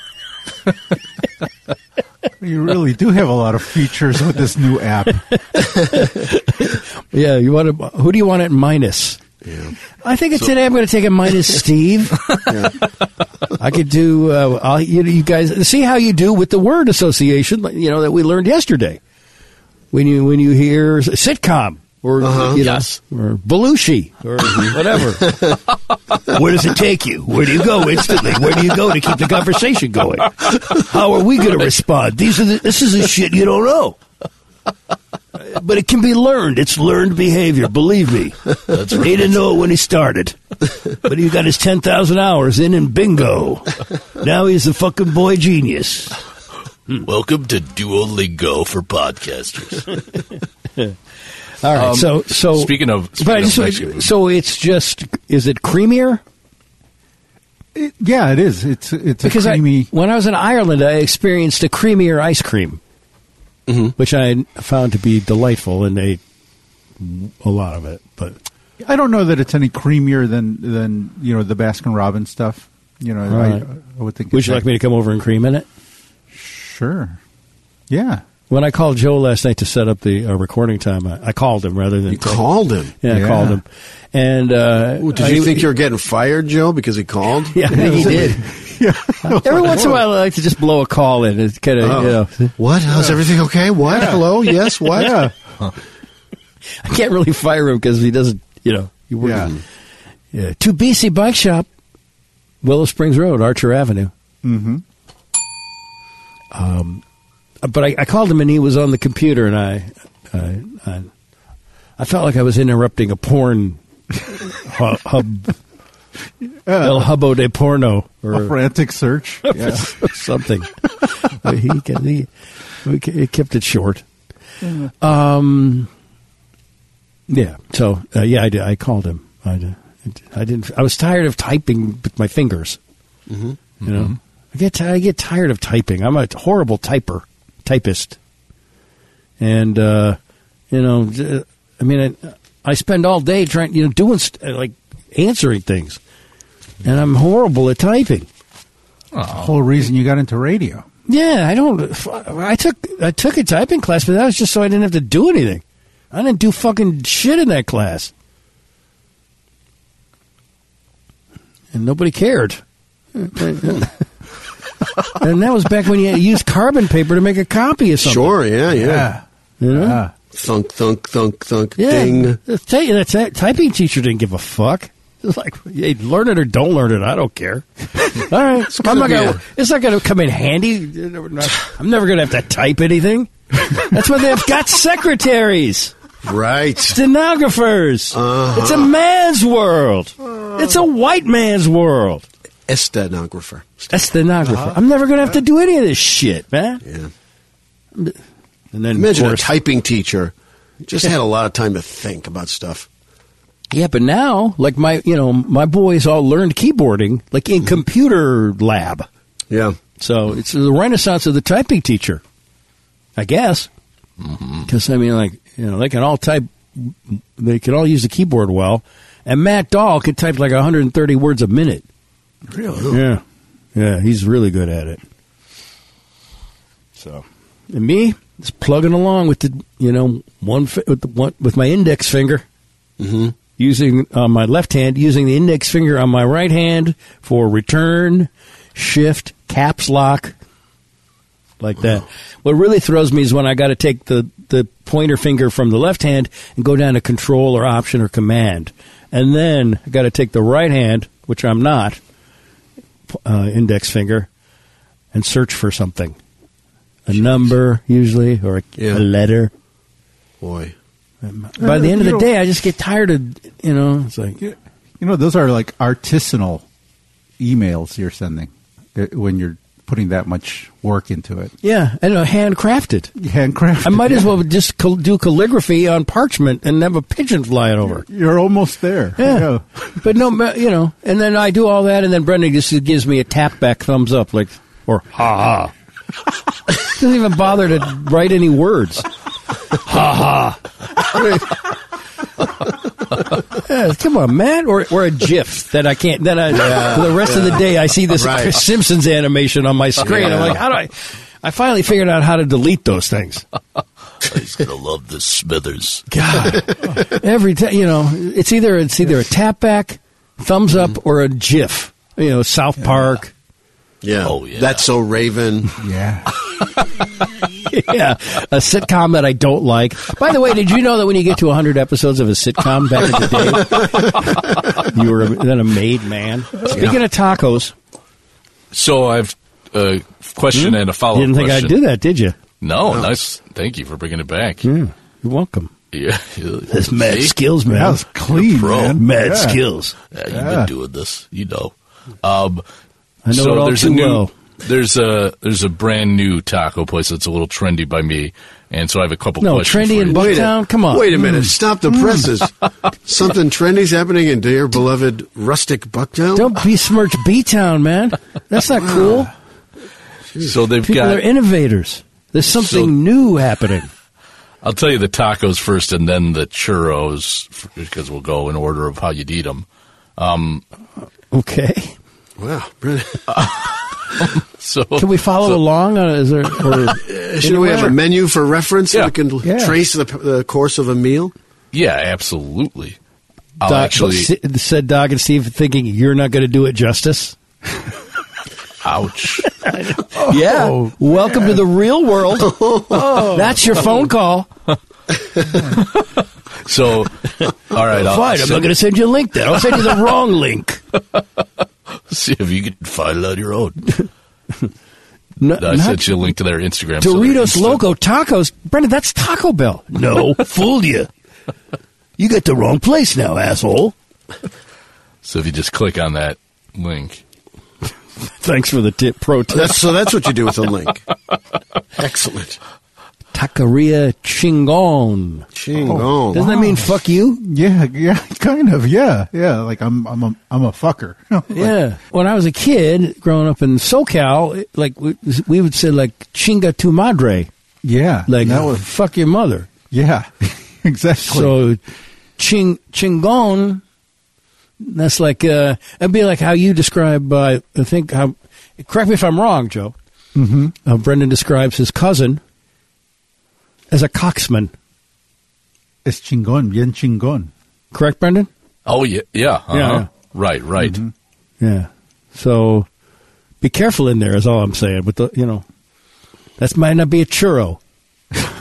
Speaker 3: You really do have a lot of features with this new
Speaker 1: <laughs>
Speaker 3: app.
Speaker 1: Yeah, you want to, who do you want at minus? I think today I'm going to take a minus Steve. I could do. Uh, I'll, you, you guys see how you do with the word association. like, You know that we learned yesterday. When you when you hear sitcom or you know,
Speaker 4: Yes.
Speaker 1: or Belushi or whatever, where does it take you? Where do you go instantly? Where do you go to keep the conversation going? How are we going to respond? These are the, this is the shit you don't know. But it can be learned. It's learned behavior. Believe me. He didn't know it when he started, but he got his ten thousand hours in, and bingo! Now he's the fucking boy genius.
Speaker 4: Welcome to Duolingo for podcasters.
Speaker 1: All right.
Speaker 4: Um,
Speaker 1: so, so
Speaker 4: speaking of-
Speaker 1: but
Speaker 4: speaking
Speaker 1: I
Speaker 4: of
Speaker 1: just-
Speaker 4: Mexican food.
Speaker 1: so it's just is it creamier?
Speaker 3: It- yeah, it is. It's it's
Speaker 1: Because I,
Speaker 3: a creamy.
Speaker 1: when I was in Ireland, I experienced a creamier ice cream,
Speaker 4: Mm-hmm.
Speaker 1: which I found to be delightful, and ate a lot of it. But
Speaker 3: I, don't know that it's any creamier than than you know the Baskin Robbins stuff. You know, I,
Speaker 1: right.
Speaker 3: I would think.
Speaker 1: would
Speaker 3: it's
Speaker 1: you like me to come over and cream in it?
Speaker 3: Sure. Yeah.
Speaker 1: When I called Joe last night to set up the uh, recording time, I, I called him rather than
Speaker 2: You called him.
Speaker 1: Yeah, I
Speaker 3: Yeah.
Speaker 1: called him. And uh,
Speaker 2: Ooh, did
Speaker 1: I-
Speaker 2: you think you were getting fired, Joe, because he called?
Speaker 1: <laughs> Yeah, I think he did. <laughs>
Speaker 2: <laughs>
Speaker 1: Every once in a while, I like to just blow a call in. It's kind of
Speaker 2: Oh.
Speaker 1: you know,
Speaker 2: What? How's everything okay? What? Hello? Yes? What?
Speaker 3: Yeah.
Speaker 1: I can't really fire him because he doesn't. You know, he works.
Speaker 3: Yeah.
Speaker 1: Yeah. To BC Bike Shop, Willow Springs Road, Archer Avenue.
Speaker 3: Mm-hmm.
Speaker 1: Uh, But I, I called him and he was on the computer, and I, I, I, I felt like I was interrupting a porn <laughs> hu- hub, El Hubo de Porno,
Speaker 3: A
Speaker 1: or <laughs>
Speaker 3: frantic search. Yeah.
Speaker 1: something. But he, can- he, we ke- he kept it short. Um, yeah. So uh, yeah, I did. I called him. I, did- I didn't. I was tired of typing with my fingers. You know, I get ti- I get tired of typing. I'm a horrible typer, typist, and uh, you know, j- I mean, I, I spend all day trying, you know, doing st- like answering things, and I'm horrible at typing.
Speaker 3: The whole reason you got into radio.
Speaker 1: Yeah, I don't. f- I took I took a typing class, but that was just so I didn't have to do anything. I didn't do fucking shit in that class, and nobody cared. and that was back when you used carbon paper to make a copy of something.
Speaker 2: Sure, yeah, yeah.
Speaker 1: you know?
Speaker 3: Yeah.
Speaker 2: Thunk, thunk, thunk, thunk,
Speaker 1: Yeah,
Speaker 2: ding.
Speaker 1: the t- the t- typing teacher didn't give a fuck. <laughs> It's like, hey, learn it or don't learn it. I don't
Speaker 2: <laughs>
Speaker 1: care. All right, I'm not
Speaker 2: be
Speaker 1: gonna.
Speaker 2: a-
Speaker 1: It's not gonna come in
Speaker 2: <sighs>
Speaker 1: handy. I'm never gonna have to type anything. That's why they've got secretaries,
Speaker 2: Right.
Speaker 1: stenographers.
Speaker 2: Uh-huh.
Speaker 1: It's a man's world. It's a white man's world.
Speaker 2: A stenographer.
Speaker 1: A stenographer.
Speaker 2: Uh-huh.
Speaker 1: I'm never gonna have to do any of this shit, man.
Speaker 2: Yeah.
Speaker 1: And then
Speaker 2: Imagine
Speaker 1: of
Speaker 2: a
Speaker 1: course-
Speaker 2: typing teacher just had a lot of time to think about stuff.
Speaker 1: Yeah, but now, like my, you know, my boys all learned keyboarding, like
Speaker 2: Mm-hmm.
Speaker 1: in computer lab.
Speaker 2: Yeah.
Speaker 1: So it's the renaissance of the typing teacher, I guess. Because I mean, like you know, they can all type they could all use the keyboard well, and Matt Dahl could type like 130 words a minute.
Speaker 2: Really?
Speaker 1: Yeah, yeah, he's really good at it. So, and me just plugging along with the you know one fi- with the one with my index finger,
Speaker 2: Mm-hmm.
Speaker 1: using on my left hand, using the index finger on my right hand for return, shift, caps lock, like that. What really throws me is when I got to take the, the pointer finger from the left hand and go down to control or option or command. And then I got to take the right hand, which I'm not, p- uh, index finger, and search for something. A number, usually, or a, a
Speaker 2: Yeah.
Speaker 1: letter.
Speaker 2: Boy.
Speaker 1: By the end of
Speaker 3: you
Speaker 1: the
Speaker 3: know-
Speaker 1: day, I just get tired of, you know, it's like,
Speaker 3: You know, those are like artisanal emails you're sending uh, when you're putting that much work into it.
Speaker 1: Yeah, I know, handcrafted.
Speaker 3: Handcrafted.
Speaker 1: I might as well just cal- do calligraphy on parchment and have a pigeon flying over.
Speaker 3: You're
Speaker 1: <laughs>
Speaker 3: almost there.
Speaker 1: Yeah. but no, ma- you know, and then I do all that, and then Brendan just gives me a tap back, thumbs up, like, or ha ha. <laughs> Doesn't even bother to write any words. Ha <laughs> ha. Yeah, come on, man, or or a GIF that I can't. That I for the rest of the day I see this
Speaker 2: Right.
Speaker 1: <laughs> Simpsons animation on my screen. I'm
Speaker 2: Yeah.
Speaker 1: like, how do I? I finally figured out how to delete those things.
Speaker 4: He's gonna love the Smithers.
Speaker 1: God, <laughs> every time you know, it's either it's either a tap back, thumbs up, or a GIF. You know, South Park. <laughs>
Speaker 2: Yeah.
Speaker 4: Oh, yeah.
Speaker 2: That's so Raven.
Speaker 3: Yeah.
Speaker 1: yeah, a sitcom that I don't like. By the way, did you know that when you get to 100 episodes of a sitcom back in the day, you were a- then a made man? Speaking of tacos,
Speaker 4: So I've a question and a follow-up.
Speaker 1: Hmm? you didn't think
Speaker 4: Oh, question.
Speaker 1: I'd do that, did you?
Speaker 4: No,
Speaker 1: Oh.
Speaker 4: nice. Thank you for bringing it back.
Speaker 1: You're welcome.
Speaker 4: Yeah, <laughs>
Speaker 1: That's mad
Speaker 4: See?
Speaker 1: skills, man.
Speaker 3: That was clean,
Speaker 4: pro.
Speaker 3: man.
Speaker 1: mad
Speaker 3: Yeah.
Speaker 1: skills.
Speaker 4: Yeah, you've
Speaker 3: Yeah.
Speaker 4: been doing this, you know. Um,
Speaker 1: Ah. I know
Speaker 4: so
Speaker 1: it all
Speaker 4: there's
Speaker 1: too
Speaker 4: a new,
Speaker 1: well.
Speaker 4: There's a there's a brand new taco place that's a little trendy by me, and so I have a couple
Speaker 1: No,
Speaker 4: questions.
Speaker 1: trendy
Speaker 4: for
Speaker 1: and
Speaker 4: you.
Speaker 1: bu- Bucktown? Come on. Mm.
Speaker 2: Wait a minute. Stop the
Speaker 1: <laughs>
Speaker 2: presses. Something trendy's happening in dear beloved rustic Bucktown?
Speaker 1: Don't besmirch B Town, man. That's not cool.
Speaker 4: so they've
Speaker 1: People
Speaker 4: got.
Speaker 1: are innovators. There's something
Speaker 4: So-
Speaker 1: new happening.
Speaker 4: I'll tell you the tacos first, and then the churros f- because we'll go in order of how you'd eat them.
Speaker 1: <laughs> Okay.
Speaker 2: Wow.
Speaker 1: <laughs>
Speaker 2: Brent,
Speaker 4: <laughs> So
Speaker 1: Can we follow along? Uh, Is there, <laughs> or
Speaker 2: Should we have a menu for reference so
Speaker 4: Yeah.
Speaker 2: we can
Speaker 3: Yeah.
Speaker 2: trace the, the course of a meal?
Speaker 4: yeah, absolutely. I'll
Speaker 1: Doc-
Speaker 4: actually.
Speaker 1: s- said Doc and Steve thinking you're not going to do it justice?
Speaker 4: Ouch.
Speaker 1: Oh, yeah. Oh. Welcome to the real <laughs> world. That's your phone call.
Speaker 4: So, all
Speaker 1: <laughs>
Speaker 4: right, I'll
Speaker 1: Fine. I'm not
Speaker 4: send-
Speaker 1: going to send you a link then. I'll send you the <laughs> wrong link.
Speaker 4: see if you can find it on your own.
Speaker 1: No,
Speaker 4: I
Speaker 1: not
Speaker 4: sent you a link to their Instagram. so they're
Speaker 1: Doritos
Speaker 4: instant.
Speaker 1: Loco Tacos. Brendan, that's Taco Bell. No, <laughs> fooled you. You got the wrong place now, asshole.
Speaker 4: So if you just click on that link,
Speaker 1: Thanks for the tip, pro tip.
Speaker 2: That's, so that's what you do with a link.
Speaker 1: <laughs>
Speaker 2: Excellent.
Speaker 1: Taqueria Chingon.
Speaker 2: Oh.
Speaker 3: Oh,
Speaker 2: Chingong.
Speaker 1: Doesn't that mean fuck you?
Speaker 3: Yeah, <laughs> yeah, kind of. Yeah, yeah. Like I'm, I'm, a, I'm a fucker. <laughs>
Speaker 1: Yeah. When I was a kid growing up in SoCal, it- like we, we would say like chinga tu madre,
Speaker 3: yeah,
Speaker 1: like
Speaker 3: that was.
Speaker 1: fuck your mother.
Speaker 3: Yeah, <laughs> exactly.
Speaker 1: So ching chingon that's like uh that'd be like how you describe uh, I think how correct me if I'm wrong, Joe. Mm-hmm. Uh, Brendan describes his cousin as a coxman.
Speaker 3: es chingón, bien chingón.
Speaker 1: Correct, Brendan?
Speaker 4: oh yeah, yeah, uh-huh.
Speaker 1: yeah. Mm-hmm.
Speaker 4: right, right.
Speaker 1: Yeah. So be careful in there is all I'm saying. With the you know, that might not be a churro. <laughs> Actually,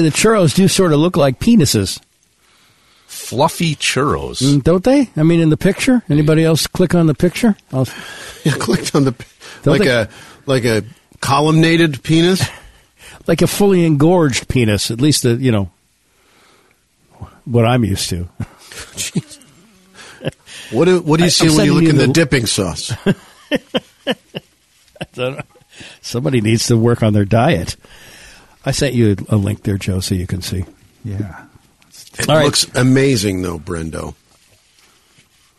Speaker 1: the churros do sort of look like penises,
Speaker 4: Fluffy churros.
Speaker 1: Mm, don't they? I mean, in the picture. Anybody else click on the picture? I'll,
Speaker 2: You <laughs> clicked on the
Speaker 1: Don't
Speaker 2: like
Speaker 1: they-
Speaker 2: a like a columnated penis.
Speaker 1: like a fully engorged penis, at least the you know what I'm used to. <laughs>
Speaker 2: What do, what do you see
Speaker 1: I'm
Speaker 2: when you
Speaker 1: sending
Speaker 2: look
Speaker 1: you
Speaker 2: in the,
Speaker 1: the- <laughs>
Speaker 2: dipping sauce?
Speaker 1: Somebody needs to work on their diet. I sent you a link there, Joe, so you can see.
Speaker 3: Yeah,
Speaker 2: It
Speaker 1: All right.
Speaker 2: looks amazing though, Brendo.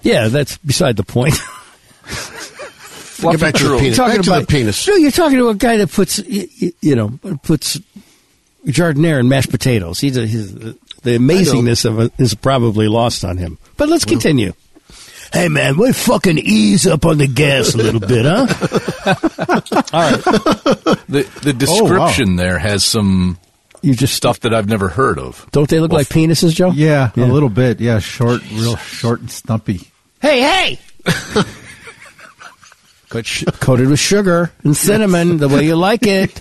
Speaker 1: Yeah, that's beside the point. <laughs>
Speaker 4: Fluffy
Speaker 2: Get back to the
Speaker 4: churros.
Speaker 2: penis.
Speaker 1: You're
Speaker 2: Back to the penis.
Speaker 1: No, you're talking to a guy that puts, you, you know, puts jardiniere and mashed potatoes. He's, a, he's the amazingness of it is probably lost on him. But let's continue. Hey man, we fucking ease up on the gas a little bit, huh?
Speaker 4: The the
Speaker 1: Oh,
Speaker 4: description there has some
Speaker 1: <laughs> You just
Speaker 4: stuff that I've never heard of.
Speaker 1: don't they look like penises, Joe?
Speaker 3: Yeah,
Speaker 1: Yeah.
Speaker 3: a little bit. Yeah, short, real short and stumpy.
Speaker 1: Hey, hey! Coat- sh- Coated with sugar and cinnamon, the way you like it,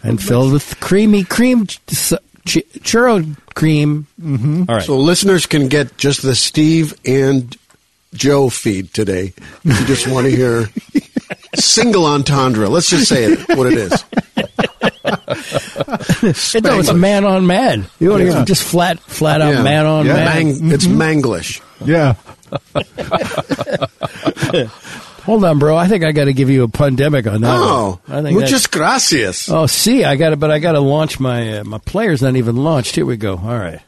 Speaker 1: <laughs> and filled with creamy cream ch- ch- churro cream. Mm-hmm. right,
Speaker 2: So listeners can get just the Steve and Joe feed today. If you just want to hear single entendre. Let's just say it what it is.
Speaker 1: It- no, it's man on man. You want to
Speaker 2: Yeah.
Speaker 1: hear just flat, flat out
Speaker 2: Yeah.
Speaker 1: man on
Speaker 3: Yeah.
Speaker 1: man. Mm-hmm.
Speaker 2: Mang- It's Manglish.
Speaker 3: Yeah.
Speaker 1: Hold on, bro. I think I got to give you a pandemic on that.
Speaker 2: Oh,
Speaker 1: one. I think that-
Speaker 2: muchas gracias.
Speaker 1: Oh, see, I got to, but I got to launch my uh, my player's not even launched. Here we go. All right.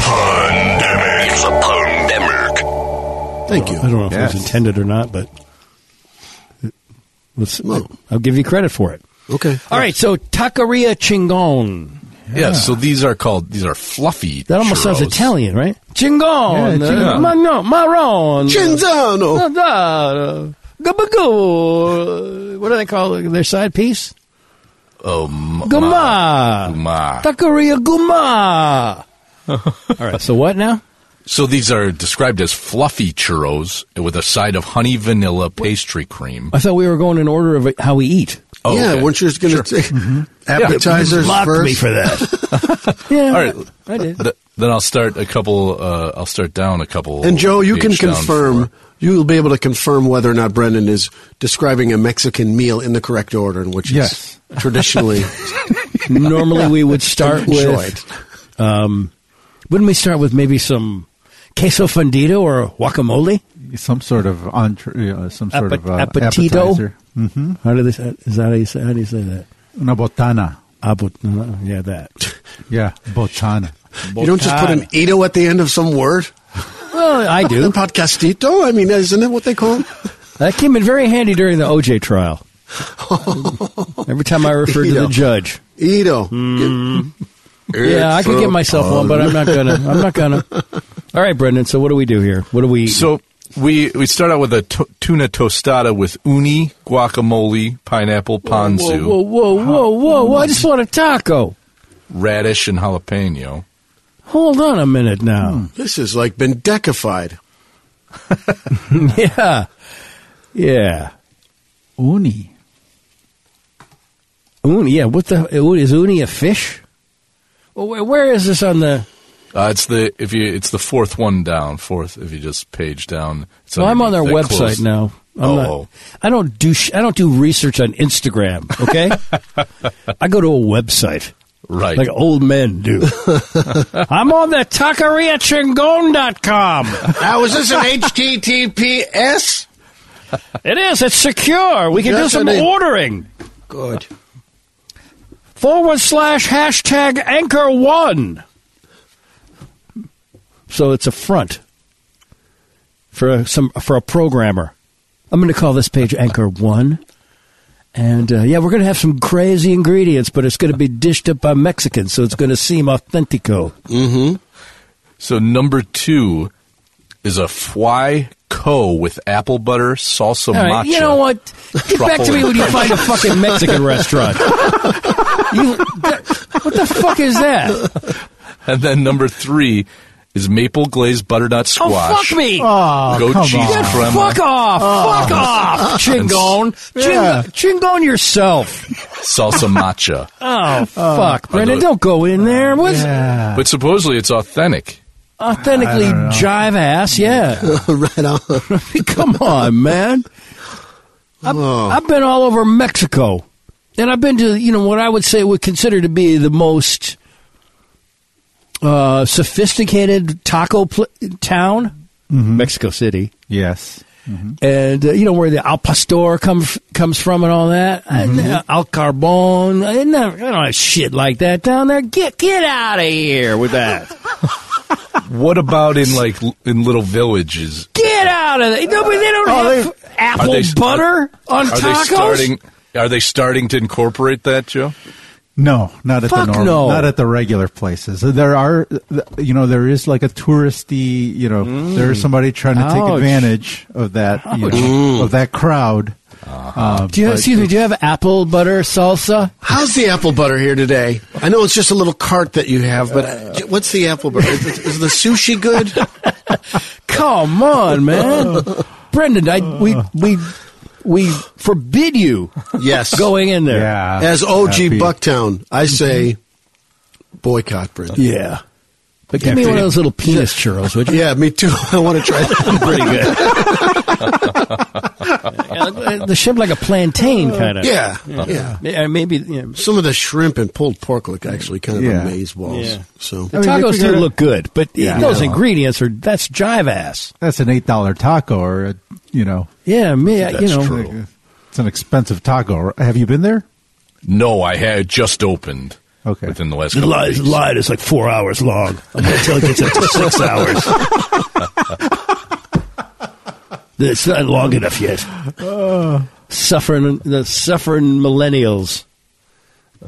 Speaker 5: Pandemic. It's a pandemic.
Speaker 2: Thank you.
Speaker 1: Oh, I don't know if it was
Speaker 3: Yes.
Speaker 1: intended or not, but let's.
Speaker 2: No.
Speaker 1: I'll give you credit for it.
Speaker 2: Okay.
Speaker 1: All right, so Taqueria Chingon.
Speaker 4: Yeah. so these are called these are fluffy.
Speaker 1: That almost sounds
Speaker 4: churros.
Speaker 1: Italian, right? Chingon.
Speaker 3: Yeah,
Speaker 1: uh,
Speaker 4: Chingon.
Speaker 1: Magno, Marron.
Speaker 2: Genzano.
Speaker 1: Uh, uh, Gabagoo. Uh, What do they call it? their side piece?
Speaker 4: Oh, ma-
Speaker 1: Guma.
Speaker 4: ma.
Speaker 1: Taqueria Guma. All right, so what now?
Speaker 4: So these are described as fluffy churros with a side of honey vanilla pastry cream.
Speaker 1: I thought we were going in order of how we eat.
Speaker 4: Oh,
Speaker 2: yeah,
Speaker 4: okay.
Speaker 2: weren't you just going to take
Speaker 1: Mm-hmm.
Speaker 2: <laughs> appetizers first?
Speaker 1: that. yeah,
Speaker 4: All right.
Speaker 1: I did.
Speaker 4: Th- then I'll start a couple. Uh, I'll start down a couple.
Speaker 2: And Joe, you can
Speaker 4: page down
Speaker 2: confirm. You'll be able to confirm whether or not Brendan is describing a Mexican meal in the correct order in which
Speaker 3: Yes.
Speaker 2: it's traditionally
Speaker 1: <laughs> Normally we would start
Speaker 2: enjoyed.
Speaker 1: with, um, wouldn't we start with maybe some queso fundido or guacamole?
Speaker 3: Some sort of entree, uh, some sort
Speaker 1: Appet-
Speaker 3: of uh,
Speaker 1: appetito?
Speaker 3: appetizer. Mm-hmm.
Speaker 1: How do they? Say, is that how you say? How do you say that?
Speaker 3: Una botana.
Speaker 1: Abu, no, yeah, that.
Speaker 3: Yeah, botana.
Speaker 2: You don't just put an ito at the end of some word?
Speaker 1: Well, I
Speaker 2: A
Speaker 1: do.
Speaker 2: podcastito? I mean, isn't it what they call it?
Speaker 1: That came in very handy during the OJ <laughs> trial. Every time I referred to the
Speaker 2: Ito.
Speaker 1: judge,
Speaker 2: Ito.
Speaker 1: Hmm. yeah, I could get myself one, but I'm not gonna. I'm not gonna. <laughs> All right, Brendan. So what do we do here? What do we?
Speaker 4: So we we start out with a to- tuna tostada with uni, guacamole, pineapple ponzu,
Speaker 1: Whoa, whoa, whoa, whoa, whoa, whoa! I just want a taco.
Speaker 4: radish, and jalapeno.
Speaker 1: Hold on a minute now.
Speaker 2: This is like been deckified.
Speaker 4: Hmm.
Speaker 1: <laughs> Yeah, yeah.
Speaker 3: Uni.
Speaker 1: Uni, yeah. What the is uni a fish? Well, where, where is this on the?
Speaker 4: Uh, it's the if you it's the fourth one down. Fourth if you just page down. It's
Speaker 1: well, I'm on their
Speaker 4: underneath
Speaker 1: website
Speaker 4: that closed-
Speaker 1: now. I'm
Speaker 4: Oh,
Speaker 1: not-
Speaker 4: oh.
Speaker 1: I don't do sh- I don't do research on Instagram. Okay,
Speaker 4: <laughs>
Speaker 1: I go to a website
Speaker 4: Right.
Speaker 1: like old men do. <laughs> I'm on the taqueriachingon.com.
Speaker 2: Now, is this an HTTPS?
Speaker 1: It is. It's secure. We can
Speaker 2: Yes,
Speaker 1: do some
Speaker 2: it is.
Speaker 1: ordering.
Speaker 2: Good.
Speaker 1: forward slash hashtag anchor one. So it's a front for a, some for a programmer. I'm going to call this page anchor one. And uh, yeah, we're going to have some crazy ingredients, but it's going to be dished up by Mexicans, so it's going to seem authentico.
Speaker 4: So number two is a fry co with apple butter, salsa
Speaker 1: All right,
Speaker 4: matcha.
Speaker 1: you know what? Get back to
Speaker 4: Truffle.
Speaker 1: me when you find a fucking Mexican <laughs> restaurant. You- that- what the fuck is that?
Speaker 4: And then number three is maple glazed butternut
Speaker 1: Oh, Oh.
Speaker 4: squash.
Speaker 1: fuck me!
Speaker 4: Goat
Speaker 3: Ah, come
Speaker 4: cheese
Speaker 3: on.
Speaker 4: crema.
Speaker 1: Fuck off! Fuck off! Chingon! Ching-
Speaker 3: Yeah.
Speaker 1: Chingon yourself! <laughs>
Speaker 4: salsa matcha.
Speaker 1: Oh, fuck. Brendan,
Speaker 4: thought-
Speaker 1: don't go in there. What's
Speaker 3: Yeah.
Speaker 4: But supposedly it's authentic.
Speaker 1: authentically jive ass? Yeah.
Speaker 2: <laughs> right on.
Speaker 1: <laughs> Come on, man. I've,
Speaker 2: Oh.
Speaker 1: I've been all over Mexico. And I've been to, you know, what I would say would consider to be the most uh, sophisticated taco pl- town, Mexico City.
Speaker 3: Yes.
Speaker 1: and uh, you know where the al pastor comes comes from and all that. I, al carbon, I, never, I don't have shit like that down there. Get get out of here with that.
Speaker 4: What about in like l- in little villages?
Speaker 1: get out of there. No, but they don't
Speaker 3: Oh,
Speaker 1: have apple
Speaker 4: they-
Speaker 1: butter on
Speaker 4: Are
Speaker 1: tacos.
Speaker 4: they starting? Are they starting to incorporate that, Joe?
Speaker 3: No, not at
Speaker 1: Fuck
Speaker 3: the normal,
Speaker 1: no.
Speaker 3: not at the regular places. There are, you know, there is like a touristy, you know, there's somebody trying to
Speaker 1: Ouch.
Speaker 3: take advantage of that, you
Speaker 1: Ouch.
Speaker 3: know, of that crowd. Um,
Speaker 1: Do you,
Speaker 3: but
Speaker 1: excuse me. Do you have apple butter salsa?
Speaker 2: How's the apple butter here today? I know it's just a little cart that you have, but uh, what's the apple butter? Is, is the sushi good?
Speaker 1: <laughs> Come on, <laughs> man, Brendan. I, we we we forbid you
Speaker 2: Yes.
Speaker 1: going in there.
Speaker 3: Yeah.
Speaker 2: As OG
Speaker 3: Happy.
Speaker 2: Bucktown,
Speaker 1: Mm-hmm.
Speaker 2: I say boycott Brendan.
Speaker 1: yeah. But give me
Speaker 3: Yeah,
Speaker 1: one of
Speaker 3: dude.
Speaker 1: those little penis churros, would you?
Speaker 2: Yeah, me too. <laughs> I
Speaker 1: <laughs>
Speaker 2: want to try that.
Speaker 1: pretty good. <laughs> Yeah, the shrimp like a plantain kind of.
Speaker 2: yeah, yeah.
Speaker 1: Yeah, maybe. You know,
Speaker 2: Some of the shrimp and pulled pork look actually kind of
Speaker 3: Yeah.
Speaker 2: amaze balls.
Speaker 1: Yeah.
Speaker 2: So
Speaker 1: the
Speaker 3: I mean, they
Speaker 1: tacos
Speaker 3: figured
Speaker 1: do
Speaker 3: it-
Speaker 1: look good, but
Speaker 3: Yeah.
Speaker 1: those
Speaker 3: Yeah.
Speaker 1: ingredients are that's jive ass.
Speaker 3: that's an eight dollar taco, or a, you know,
Speaker 1: Yeah, me. I- you
Speaker 4: That's
Speaker 1: know,
Speaker 4: true.
Speaker 3: uh, it's an expensive taco. Have you been there?
Speaker 4: No, I had just opened.
Speaker 3: Okay.
Speaker 4: Within the last
Speaker 1: The
Speaker 4: couple
Speaker 1: line,
Speaker 4: of
Speaker 1: the
Speaker 4: weeks.
Speaker 1: line is like four hours long. I'm going to tell you it's up to <laughs> six hours. it's not long enough yet. Suffering, the suffering millennials,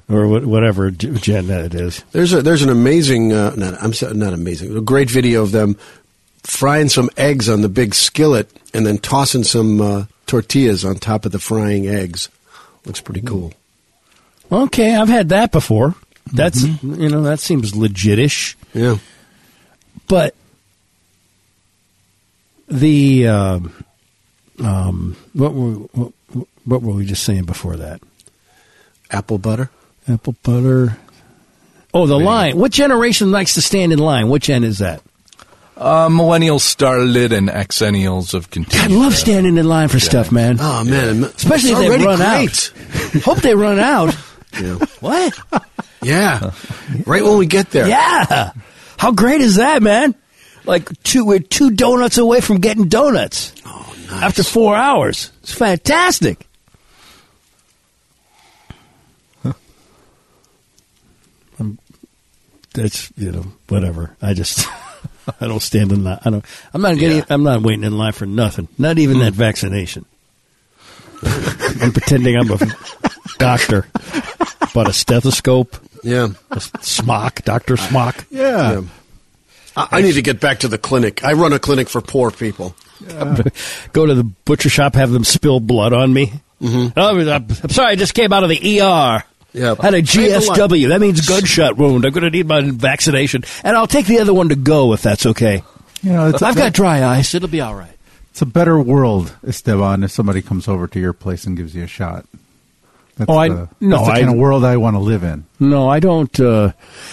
Speaker 1: or what, whatever g- gen that it is.
Speaker 2: there's a there's an amazing uh, not I'm sorry, not amazing a great video of them frying some eggs on the big skillet and then tossing some uh, tortillas on top of the frying eggs. Looks pretty cool.
Speaker 1: Okay, I've had that before. That's you know that seems legitish,
Speaker 2: Yeah.
Speaker 1: but the um, um, what were what, what were we just saying before that?
Speaker 2: Apple butter.
Speaker 1: Apple butter. Oh, the line. What generation likes to stand in line? Which end is that?
Speaker 4: Uh, millennials started and Xennials have
Speaker 1: I
Speaker 4: continued.
Speaker 1: love standing in line for stuff, man.
Speaker 2: Oh man,
Speaker 1: Especially if
Speaker 2: it's
Speaker 1: they
Speaker 2: already
Speaker 1: run
Speaker 2: great.
Speaker 1: out. <laughs> Hope they run
Speaker 2: <laughs>
Speaker 1: out.
Speaker 2: Yeah.
Speaker 1: What?
Speaker 2: <laughs> Yeah. Right when we get there.
Speaker 1: Yeah. How great is that, man? Like two, we're two donuts away from getting donuts
Speaker 2: Oh, nice.
Speaker 1: after four hours. It's fantastic. I'm- Um, that's you know whatever. I just <laughs> I don't stand in line. I don't. I'm not getting. I'm not waiting in line for nothing. Not even that vaccination. I'm pretending I'm a doctor, but a stethoscope,
Speaker 2: Yeah.
Speaker 1: a smock, Doctor Smock.
Speaker 2: Uh.
Speaker 3: Yeah.
Speaker 2: I, I need to get back to the clinic. I run a clinic for poor people.
Speaker 1: Uh-huh. go to the butcher shop, have them spill blood on me. Mm-hmm. I'm, I'm sorry, I just came out of the ER.
Speaker 2: Yeah.
Speaker 1: Had a
Speaker 2: Save the
Speaker 1: GSW. That means gunshot wound. I'm going to need my vaccination, and I'll take the other one to go if that's okay.
Speaker 3: You know, it's,
Speaker 1: I've got dry ice. It'll be all right.
Speaker 3: it's a better world, Esteban, if somebody comes over to your place and gives you a shot. That's
Speaker 1: Oh, I-
Speaker 3: the,
Speaker 1: no,
Speaker 3: that's the
Speaker 1: I-
Speaker 3: kind of world I want to live in.
Speaker 1: No, I don't. Uh,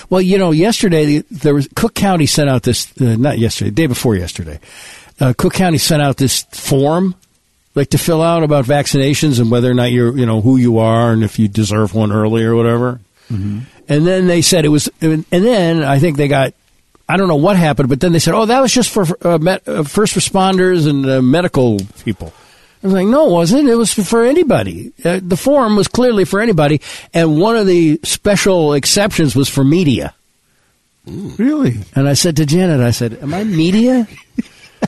Speaker 1: well, you know, yesterday there was Cook County sent out this. Uh, not yesterday, the day before yesterday. Uh, Cook County sent out this form, like to fill out about vaccinations and whether or not you're, you know, who you are and if you deserve one early or whatever. And then they said it was. And then I think they got. I don't know what happened, but then they said, "Oh, that was just for uh, met, uh, first responders and uh, medical people." I was like, no, it wasn't. It was for anybody. Uh, the forum was clearly for anybody. And one of the special exceptions was for media.
Speaker 3: Really?
Speaker 1: And I said to Janet, I said, am I media?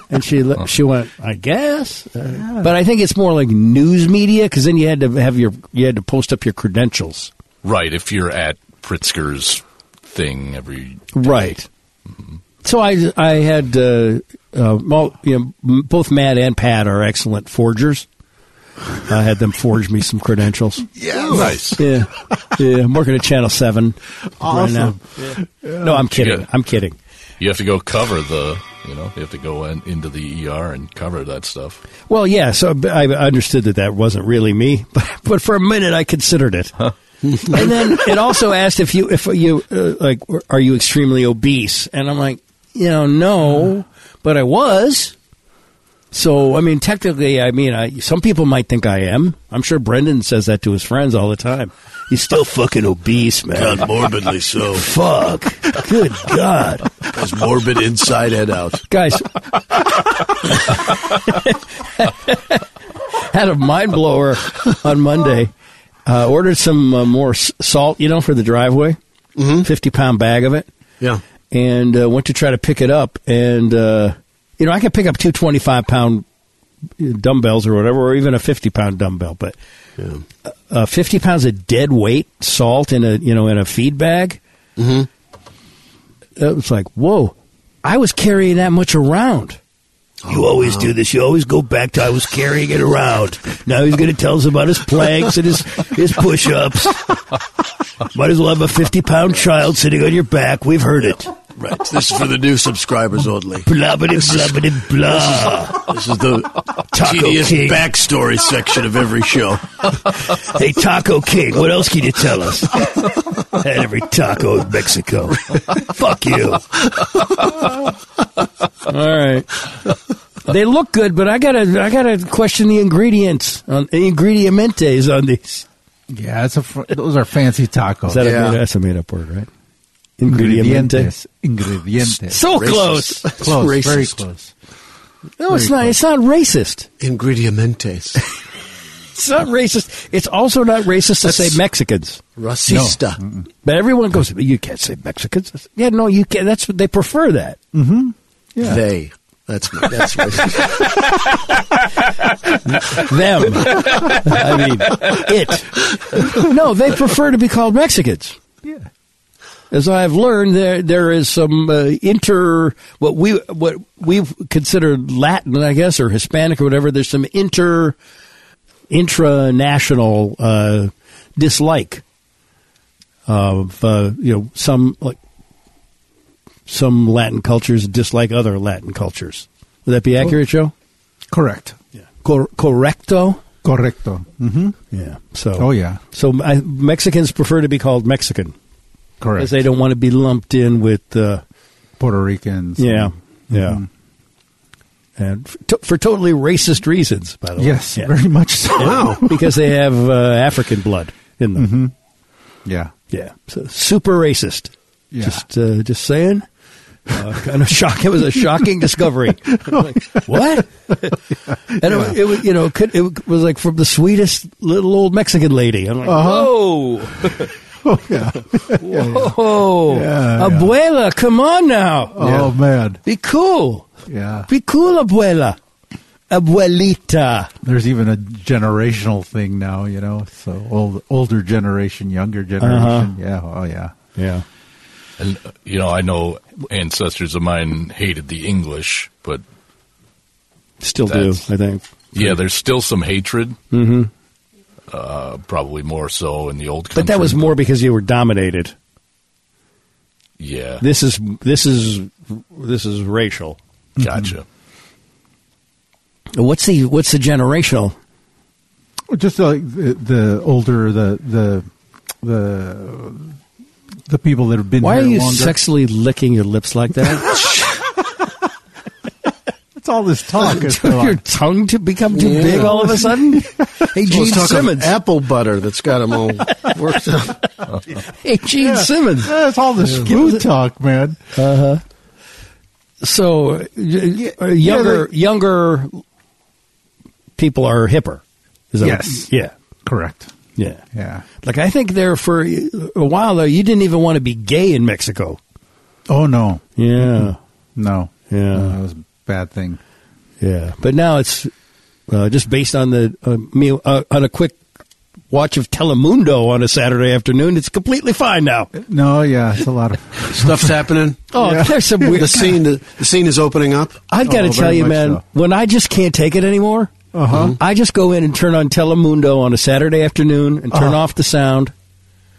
Speaker 1: And she lo- she went, I guess. Uh, But I think it's more like news media because then you had to have your, you had to post up your credentials.
Speaker 4: Right, if you're at Pritzker's thing every
Speaker 1: Right. So I, I had, uh, uh, well, you know, m- both Matt and Pat are excellent forgers. I had them forge me some credentials.
Speaker 2: Yeah.
Speaker 4: nice.
Speaker 1: Yeah, yeah. I'm working at Channel Seven right now. No, I'm kidding.
Speaker 4: Yeah.
Speaker 1: I'm kidding.
Speaker 4: You have to go cover the, you know, you have to go in, into the ER and cover that stuff.
Speaker 1: Well, yeah. So b- I understood that that wasn't really me, <laughs> but, but for a minute I considered it. <laughs> and then it also asked if you if you uh, like are you extremely obese, and I'm like, you know, no, but I was. So I mean, technically, I mean, I, some people might think I am. I'm sure Brendan says that to his friends all the time. He's still fucking obese, man.
Speaker 2: morbidly <laughs> so.
Speaker 1: Fuck. Good God.
Speaker 2: As morbid inside
Speaker 1: <laughs>
Speaker 2: head out.
Speaker 1: guys had a mind blower on monday uh, ordered some uh, more s- salt you know for the driveway 50 pound bag of it
Speaker 2: Yeah.
Speaker 1: and uh, went to try to pick it up and uh, you know i can pick up two 25 pound dumbbells or whatever, or even a fifty pound dumbbell. But
Speaker 2: Yeah.
Speaker 1: uh, fifty pounds of dead weight salt in a you know in a feed bag. Mm-hmm. It was like whoa! I was carrying that much around. Oh, You always do this. You always go back to I was carrying it around. Now he's going to tell us about his planks and his his push ups. Might as well have a fifty pound child sitting on your back. We've heard it.
Speaker 2: Right. This is for the new subscribers only.
Speaker 1: Blubbity blubbity blah.
Speaker 2: This is the
Speaker 1: Taco
Speaker 2: tedious
Speaker 1: King.
Speaker 2: backstory section of every show.
Speaker 1: Hey Taco King, what else can you tell us? <laughs> Had every taco in Mexico. Fuck you. All right. They look good, but I gotta I gotta question the ingredients on the ingredientes on these.
Speaker 3: Yeah, it's a, fr- those are fancy tacos.
Speaker 1: Is that
Speaker 2: Yeah.
Speaker 1: a made, that's a made up word, right?
Speaker 3: ingredientes?
Speaker 1: Ingredientes.
Speaker 3: Ingredientes.
Speaker 1: So
Speaker 2: Racist.
Speaker 1: <laughs> close.
Speaker 2: It's
Speaker 3: close,
Speaker 2: racist.
Speaker 3: very close.
Speaker 1: No, it's not. It's not racist. <laughs>
Speaker 2: Ingredientes.
Speaker 1: It's not racist. It's also not racist to say Mexicans.
Speaker 2: Racista.
Speaker 1: But everyone goes, you can't say Mexicans. Yeah, no, you can't. That's what they prefer that.
Speaker 2: They. That's
Speaker 1: <laughs>
Speaker 2: that's racist.
Speaker 1: them. I mean, it. No, they prefer to be called Mexicans.
Speaker 3: Yeah.
Speaker 1: As I have learned, there there is some uh, inter what we what we've considered Latin, I guess, or Hispanic or whatever. There's some inter intranational uh, dislike of uh, you know some like some Latin cultures dislike other Latin cultures. Would that be accurate, Joe?
Speaker 3: Correct.
Speaker 1: Yeah. Cor- correcto.
Speaker 3: Correcto. Mm-hmm.
Speaker 1: Yeah. So.
Speaker 3: Oh, yeah.
Speaker 1: So I, Mexicans prefer to be called Mexican because
Speaker 3: Correct.
Speaker 1: they don't want to be lumped in with. Uh,
Speaker 3: Puerto Ricans.
Speaker 1: yeah. Yeah.
Speaker 3: Mhm.
Speaker 1: mm-hmm. And for, to, for totally racist reasons, by the way.
Speaker 3: Yes,
Speaker 1: Yeah.
Speaker 3: very much so.
Speaker 1: <laughs> Yeah. because they have uh, African blood in them.
Speaker 3: Mm-hmm. Yeah.
Speaker 1: Yeah. So super racist.
Speaker 3: Yeah.
Speaker 1: Just <laughs> uh, just saying. Uh, <laughs> kind of shock. It was a shocking
Speaker 3: <laughs>
Speaker 1: discovery. <laughs> Like, what? and it, was, it was, you know, could, it was like from the sweetest little old Mexican lady. I'm like,
Speaker 3: Uh-huh.
Speaker 1: whoa,
Speaker 3: Oh, yeah.
Speaker 1: whoa,
Speaker 3: Yeah, yeah.
Speaker 1: abuela, come on now,
Speaker 3: Oh, man.
Speaker 1: be cool,
Speaker 3: Yeah.
Speaker 1: be cool, abuela, abuelita.
Speaker 3: There's even a generational thing now, you know. So old, older generation, younger generation.
Speaker 1: Uh-huh.
Speaker 3: Yeah. Oh, yeah.
Speaker 1: Yeah,
Speaker 4: And uh, you know, I know ancestors of mine hated the English, but
Speaker 1: still
Speaker 4: That's-
Speaker 1: do. I think.
Speaker 4: yeah, there's still some hatred. Mm-hmm. Uh, probably more so in the old country.
Speaker 1: But that was more because you were dominated.
Speaker 4: yeah.
Speaker 1: This is this is this is racial.
Speaker 4: Gotcha.
Speaker 1: What's the what's the generational?
Speaker 3: Just like the, the older, the the the the people that have been
Speaker 1: Why are
Speaker 3: here
Speaker 1: you
Speaker 3: longer.
Speaker 1: sexily licking your lips like <laughs> that?
Speaker 3: It's all this
Speaker 1: <laughs>
Speaker 3: talk. It's
Speaker 1: Did your
Speaker 3: like,
Speaker 1: tongue to become too
Speaker 2: Yeah.
Speaker 1: big all of a sudden? Hey, Gene
Speaker 2: Let's talk of
Speaker 1: Simmons.
Speaker 2: Apple butter that's got them all worked up.
Speaker 1: <laughs> Hey, Gene Simmons.
Speaker 3: Yeah, it's all this food talk, man.
Speaker 1: So uh, uh, younger younger people are hipper. Is that
Speaker 3: Yes.
Speaker 1: yeah.
Speaker 3: Correct.
Speaker 1: Yeah.
Speaker 3: Yeah.
Speaker 1: Like I think there for a while though, you didn't even want to be gay in Mexico. Mm-hmm.
Speaker 3: Oh no,
Speaker 1: Yeah.
Speaker 3: no.
Speaker 1: Yeah.
Speaker 3: No, that was a bad thing.
Speaker 1: Yeah, but now it's uh, just based on the uh, me uh, on a quick watch of Telemundo on a Saturday afternoon. It's completely fine now.
Speaker 3: No, yeah, it's a lot of.
Speaker 2: Stuff's happening.
Speaker 1: Oh, <laughs>
Speaker 3: Yeah.
Speaker 1: there's some weird.
Speaker 2: The scene, the, scene is opening up.
Speaker 1: I've got to
Speaker 3: Oh,
Speaker 1: tell
Speaker 3: very
Speaker 1: you,
Speaker 3: much
Speaker 1: man,
Speaker 3: so.
Speaker 1: when I just can't take it anymore,
Speaker 3: Uh-huh.
Speaker 1: I just go in and turn on Telemundo on a Saturday afternoon and turn
Speaker 3: Uh-huh.
Speaker 1: off the sound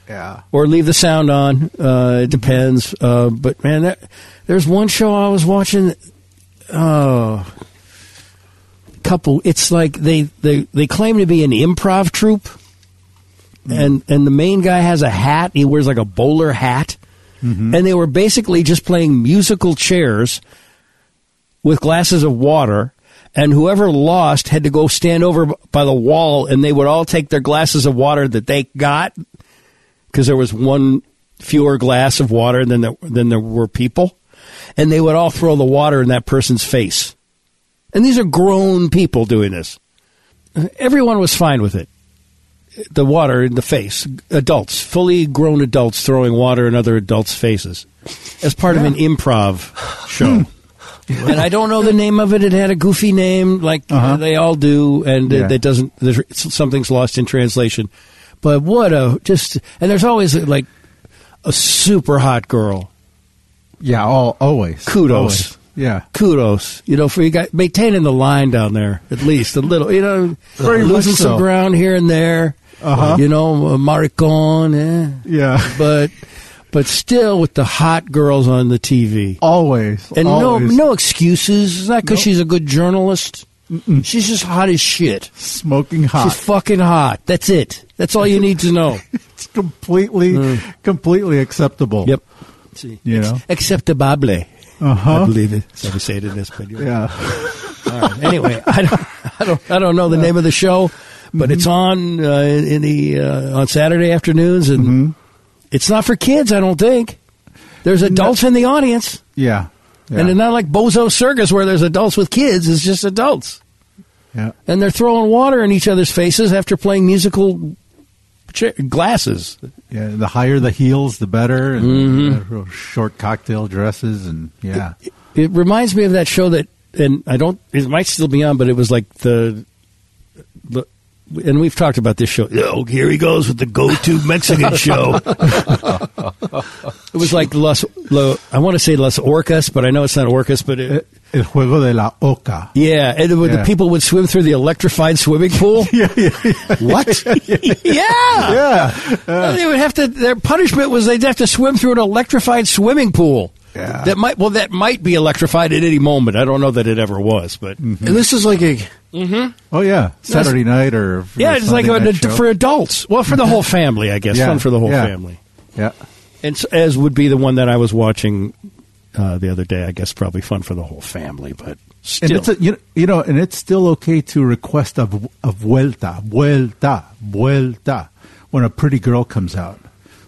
Speaker 3: Yeah.
Speaker 1: or leave the sound on. Uh, it depends. Uh, but man, that, there's one show I was watching. Oh, couple. It's like they they they claim to be an improv troupe, and and the main guy has a hat. He wears like a bowler hat, and they were basically just playing musical chairs with glasses of water. And whoever lost had to go stand over by the wall, and they would all take their glasses of water that they got because there was one fewer glass of water than there, than there were people, and they would all throw the water in that person's face. And these are grown people doing this. Everyone was fine with it. The water in the face, adults, fully grown adults throwing water in other adults' faces as part of an improv show. and I don't know the name of it. It had a goofy name, like uh,
Speaker 3: Uh-huh.
Speaker 1: they all do, and
Speaker 3: Yeah.
Speaker 1: it, it doesn't. There's, it's- something's lost in translation. But what a just and there's always like a super hot girl.
Speaker 3: Yeah, all, always.
Speaker 1: Kudos.
Speaker 3: Always. Yeah.
Speaker 1: Kudos, you know, for you guys maintaining the line down there at least a little. You know,
Speaker 3: Very much
Speaker 1: losing some
Speaker 3: so.
Speaker 1: ground here and there.
Speaker 3: Uh-huh.
Speaker 1: You know, uh, Maricon, eh?
Speaker 3: Yeah. <laughs>
Speaker 1: but but still with the hot girls on the TV.
Speaker 3: Always.
Speaker 1: And no,
Speaker 3: always.
Speaker 1: no excuses. It's not because she's a good journalist. She's just hot as shit.
Speaker 3: Smoking hot.
Speaker 1: She's fucking hot. That's it. That's all you need to
Speaker 3: <laughs>
Speaker 1: know.
Speaker 3: it's completely, completely acceptable.
Speaker 1: Mm. yep. See,
Speaker 3: You know?
Speaker 1: acceptable.
Speaker 3: Uh
Speaker 1: I
Speaker 3: huh.
Speaker 1: believe it. So we say it in this, but you're-
Speaker 3: Yeah.
Speaker 1: all right. Anyway, I don't, I don't, I don't know the name of the show,
Speaker 3: Mm-hmm.
Speaker 1: but it's on uh, in the uh, on Saturday afternoons, and
Speaker 3: Mm-hmm.
Speaker 1: it's not for kids. I don't think there's adults in the audience.
Speaker 3: Yeah. Yeah.
Speaker 1: And it's not like Bozo Circus where there's adults with kids, it's just adults.
Speaker 3: yeah.
Speaker 1: And they're throwing water in each other's faces after playing musical cha- glasses.
Speaker 3: Yeah, the higher the heels, the better. And uh, real short cocktail dresses, and yeah,
Speaker 1: Mm-hmm. It reminds me of that show that, and I don't, it might still be on, but it was like the, the and we've talked about this show. Oh, here he goes with the go-to <laughs> Mexican show. it was like Las, Lo, I want to say Las Orcas, but I know it's not Orcas, but it,
Speaker 3: el juego de la oca.
Speaker 1: yeah, and it would, the
Speaker 3: Yeah.
Speaker 1: people would swim through the electrified swimming pool.
Speaker 3: <laughs> Yeah, yeah,
Speaker 1: What?
Speaker 3: <laughs>
Speaker 1: yeah.
Speaker 3: yeah.
Speaker 1: They would have to. Their punishment was they'd have to swim through an electrified swimming pool.
Speaker 3: Yeah.
Speaker 1: That might well that might be electrified at any moment. I don't know that it ever was, but
Speaker 3: Mm-hmm.
Speaker 2: And this is like a
Speaker 3: <laughs> Oh yeah, Saturday night or
Speaker 1: yeah, it's like
Speaker 3: Sunday
Speaker 1: an,
Speaker 3: night show.
Speaker 1: for adults. Well, for the
Speaker 3: <laughs>
Speaker 1: whole family, I guess.
Speaker 3: Yeah,
Speaker 1: Fun for the whole
Speaker 3: yeah.
Speaker 1: family.
Speaker 3: yeah,
Speaker 1: And s as would be the one that I was watching uh, the other day. I guess probably fun for the whole family, but
Speaker 3: and
Speaker 1: still.
Speaker 3: it's a, you know, you know, and it's still okay to request a, v- a vuelta, vuelta, vuelta when a pretty girl comes out.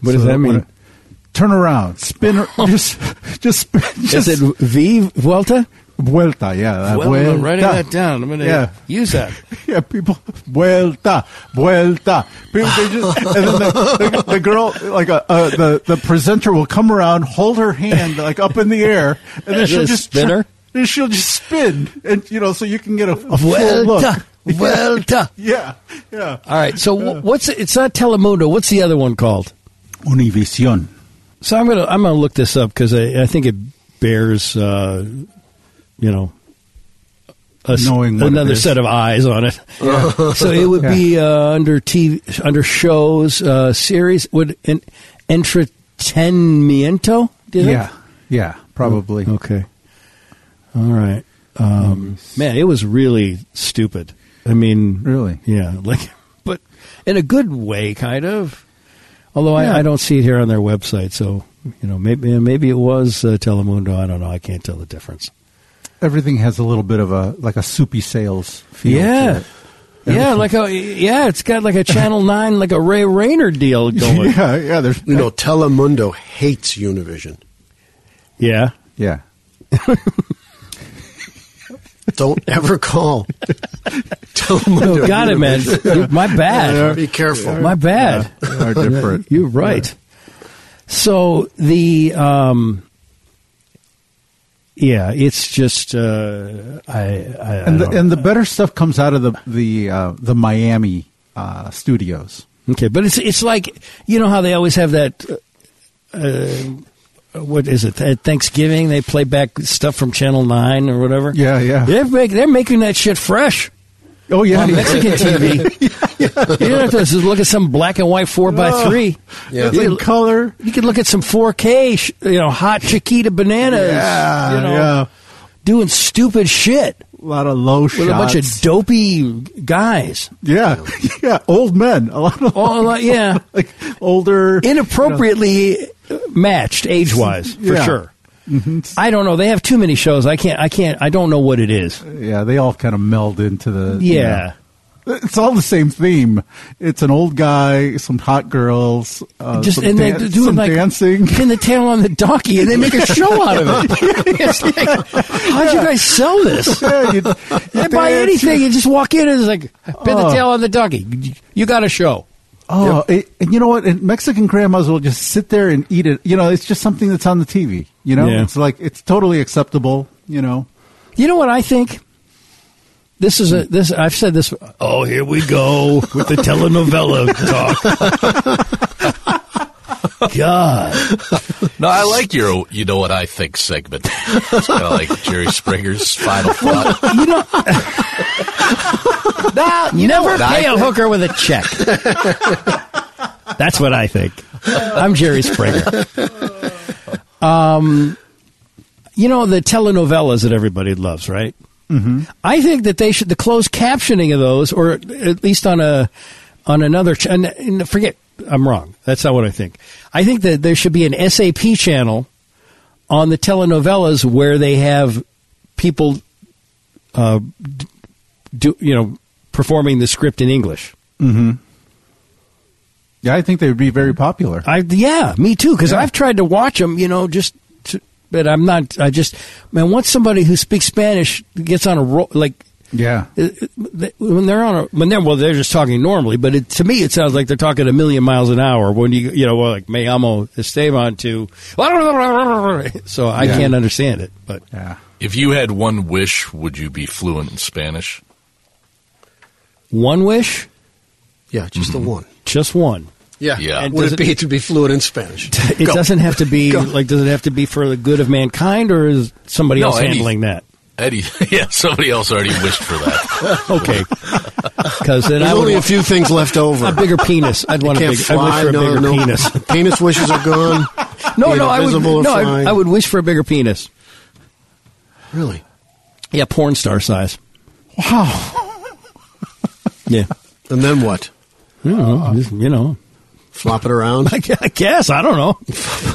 Speaker 1: What does that
Speaker 3: when
Speaker 1: mean? Oh.
Speaker 3: a- turn
Speaker 1: <laughs>
Speaker 3: around, spin, ar- just, just spin, just
Speaker 1: Is it V Vuelta?
Speaker 3: vuelta. Yeah,
Speaker 1: Well, I'm writing
Speaker 3: vuelta.
Speaker 1: that down. I'm going to
Speaker 3: Yeah.
Speaker 1: use that.
Speaker 3: Yeah, people vuelta, vuelta. People they just and then the, the, the girl like uh, uh, the the presenter will come around, hold her hand like up in the air, and then
Speaker 1: Is it
Speaker 3: she'll
Speaker 1: a
Speaker 3: just
Speaker 1: spinner?
Speaker 3: and she'll just spin, and you know, so you can get a, <laughs> a full
Speaker 1: Vuelta,
Speaker 3: look. <laughs>
Speaker 1: Vuelta.
Speaker 3: Yeah, yeah.
Speaker 1: All right. So wh- what's it's not Telemundo. What's the other one called?
Speaker 3: Univision.
Speaker 1: So I'm gonna I'm gonna look this up because I, I think it bears uh, you know a s-
Speaker 3: Knowing what it
Speaker 1: another
Speaker 3: is.
Speaker 1: set of eyes on it. so it would be uh, under TV under shows uh, series would en- entretenimiento. Do you think?
Speaker 3: Yeah, yeah. Probably.
Speaker 1: Okay. All right. Um, man, it was really stupid. I mean,
Speaker 3: Really?
Speaker 1: Yeah. <laughs> Like, but in a good way, kind of. Although
Speaker 3: Yeah.
Speaker 1: I, I don't see it here on their website, so you know, maybe maybe it was uh, Telemundo. I don't know. I can't tell the difference.
Speaker 3: Everything has a little bit of a like a soupy sales feel. to
Speaker 1: yeah.
Speaker 3: it.
Speaker 1: Yeah, like a yeah, it's got like a Channel Nine, like a Ray Rayner deal going.
Speaker 3: <laughs> yeah, yeah. There's
Speaker 2: you know Telemundo hates Univision.
Speaker 3: <laughs>
Speaker 1: yeah, <laughs>
Speaker 3: yeah.
Speaker 2: Don't
Speaker 1: <laughs>
Speaker 2: ever call Telemundo.
Speaker 1: oh, got it, man. My bad,
Speaker 2: Be careful.
Speaker 1: my bad.
Speaker 3: Are different.
Speaker 1: You're right. So the um, yeah, it's just uh, I, I, I
Speaker 3: and the,
Speaker 1: don't-
Speaker 3: and the better stuff comes out of the the uh, the Miami uh, studios.
Speaker 1: okay, but it's it's like you know how they always have that. Uh, what is it at Thanksgiving? They play back stuff from Channel Nine or whatever.
Speaker 3: Yeah, yeah.
Speaker 1: They're make, they're making that shit fresh
Speaker 3: Oh yeah,
Speaker 1: on Mexican
Speaker 3: <laughs>
Speaker 1: TV. You don't have to just look at some black and white four by three.
Speaker 2: Yeah.
Speaker 3: It's in color.
Speaker 1: You can look at some 4K, sh- you know, hot Chiquita bananas.
Speaker 3: Yeah,
Speaker 1: you know,
Speaker 3: yeah.
Speaker 1: doing stupid shit
Speaker 3: A lot of low
Speaker 1: with
Speaker 3: shots.
Speaker 1: a bunch of dopey guys.
Speaker 3: yeah, <laughs> yeah. Old men. A lot of
Speaker 1: All like,
Speaker 3: <laughs>
Speaker 1: yeah,
Speaker 3: like older.
Speaker 1: inappropriately uh, matched age wise for
Speaker 3: Yeah.
Speaker 1: sure. I don't know. They have too many shows. I can't. I can't. I don't know what it is.
Speaker 3: yeah, they all kind of meld into the. you
Speaker 1: Yeah.
Speaker 3: know. it's all the same theme. It's an old guy, some hot girls, uh,
Speaker 1: Just
Speaker 3: some,
Speaker 1: and
Speaker 3: dan-
Speaker 1: they do
Speaker 3: some
Speaker 1: like <laughs>
Speaker 3: dancing. <laughs>
Speaker 1: pin the tail on the donkey, and they make a show out of it. It's like, <laughs>
Speaker 3: <laughs>
Speaker 1: how'd you guys sell this? <laughs>
Speaker 3: yeah, you,
Speaker 1: They buy anything and just walk in and it's like pin the
Speaker 3: Oh.
Speaker 1: tail on the donkey. You got a show.
Speaker 3: Oh, it, and you know what? And Mexican grandmas will just sit there and eat it. You know, it's just something that's on the TV. You know,
Speaker 1: Yeah.
Speaker 3: it's like it's totally acceptable. you know.
Speaker 1: You know what I think? This is a this. I've said this. Oh, here we go with the telenovela talk. <laughs> God,
Speaker 4: No, I like your "you know what I think" segment. <laughs> It's kind of like Jerry
Speaker 1: <laughs>
Speaker 4: Springer's final thought.
Speaker 1: you know, Nah, you never pay a hooker with a check. <laughs> That's what I think. I'm Jerry <laughs> Springer. Um, you know the telenovelas that everybody loves, right? Mm-hmm. I think that they should the closed captioning of those, or at least on a on another. Ch- and, and forget, I'm wrong. That's not what I think. I think that there should be an SAP channel on the telenovelas where they have people uh, d- do you know performing the script in English.
Speaker 3: Yeah, I think they would be very popular.
Speaker 1: I yeah, me too. Because I've tried to watch them, you know, just to, but I'm not. I just man, once somebody who speaks Spanish gets on a roll, like
Speaker 3: Yeah.
Speaker 1: it- it- when they're on a when they're well, they're just talking normally. But it, to me, it sounds like they're talking a million miles an hour when you you know well, like me amo Esteban to <laughs> so I
Speaker 3: Yeah.
Speaker 1: can't understand it. But
Speaker 3: Yeah.
Speaker 4: If you had one wish, would you be fluent in Spanish?
Speaker 1: one wish,
Speaker 2: Yeah, just
Speaker 1: Mm-hmm.
Speaker 2: the one.
Speaker 1: just one.
Speaker 2: Yeah.
Speaker 4: Yeah. And
Speaker 2: Would
Speaker 1: does
Speaker 2: it be to be fluent in
Speaker 1: <laughs>
Speaker 2: Spanish?
Speaker 1: It doesn't have to be like does it have to be for the good of mankind or is somebody
Speaker 4: No,
Speaker 1: else
Speaker 4: any-
Speaker 1: handling that?
Speaker 4: Eddie, <laughs> yeah, somebody else already wished for that.
Speaker 1: Okay, because then
Speaker 2: There's
Speaker 1: I would
Speaker 2: only a few things
Speaker 1: <laughs>
Speaker 2: left over.
Speaker 1: a bigger penis. I'd want a
Speaker 2: Can't
Speaker 1: big, I wish
Speaker 2: fly,
Speaker 1: for a
Speaker 2: no,
Speaker 1: bigger
Speaker 2: no.
Speaker 1: penis.
Speaker 2: <laughs> penis wishes
Speaker 1: <laughs>
Speaker 2: are gone.
Speaker 1: No,
Speaker 2: Being
Speaker 1: no, I would,
Speaker 2: invisible or
Speaker 1: no, I,
Speaker 2: flying.
Speaker 1: I would wish for a bigger penis.
Speaker 2: Really?
Speaker 1: Yeah, porn star size. Wow. <laughs> Yeah.
Speaker 2: And then what?
Speaker 1: You know, just, you know,
Speaker 2: Flop it
Speaker 1: <laughs>
Speaker 2: around?
Speaker 1: I gu- I guess I don't know.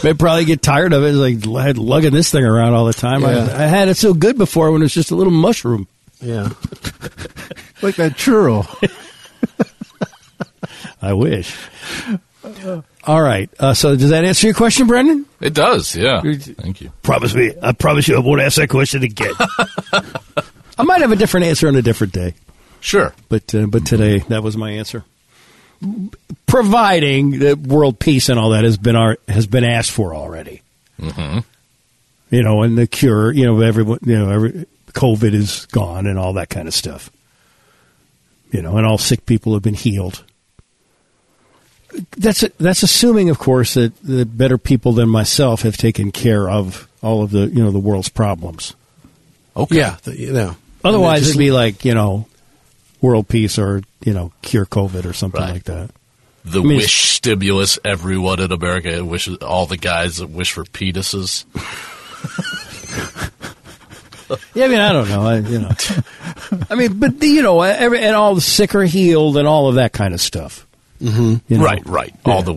Speaker 1: They'd probably get tired of it. It's like l- lugging this thing around all the time.
Speaker 2: Yeah.
Speaker 1: I, I had it so good before when it was just a little mushroom.
Speaker 2: Yeah.
Speaker 3: Like that churro.
Speaker 1: I wish. All right. Uh, so does that answer your question, Brendan?
Speaker 4: It does, yeah. Thank you.
Speaker 1: Promise me. I promise you, I won't ask that question again. <laughs> I might have a different answer on a different day.
Speaker 4: Sure.
Speaker 1: but uh, but today that was my answer. Providing that world peace and all that has been our, has been asked for already, you know, and the cure, you know, everyone, you know, every, COVID is gone and all that kind of stuff, you know, and all sick people have been healed. That's that's assuming, of course, that, that better people than myself have taken care of all of the you know the world's problems.
Speaker 4: Okay.
Speaker 2: Yeah. The, yeah.
Speaker 1: Otherwise,
Speaker 2: And it
Speaker 1: it'd be like you know, world peace or you know, cure COVID or something
Speaker 4: Right.
Speaker 1: like that.
Speaker 4: The
Speaker 1: mean,
Speaker 4: wish stimulus everyone in America wishes, all the guys that wish for penises.
Speaker 1: Yeah, I mean, I don't know. I, you know, <laughs> I mean, but the- you know, every, and all the sick are healed and all of that kind of stuff. Mm-hmm.
Speaker 4: Right, right. All the.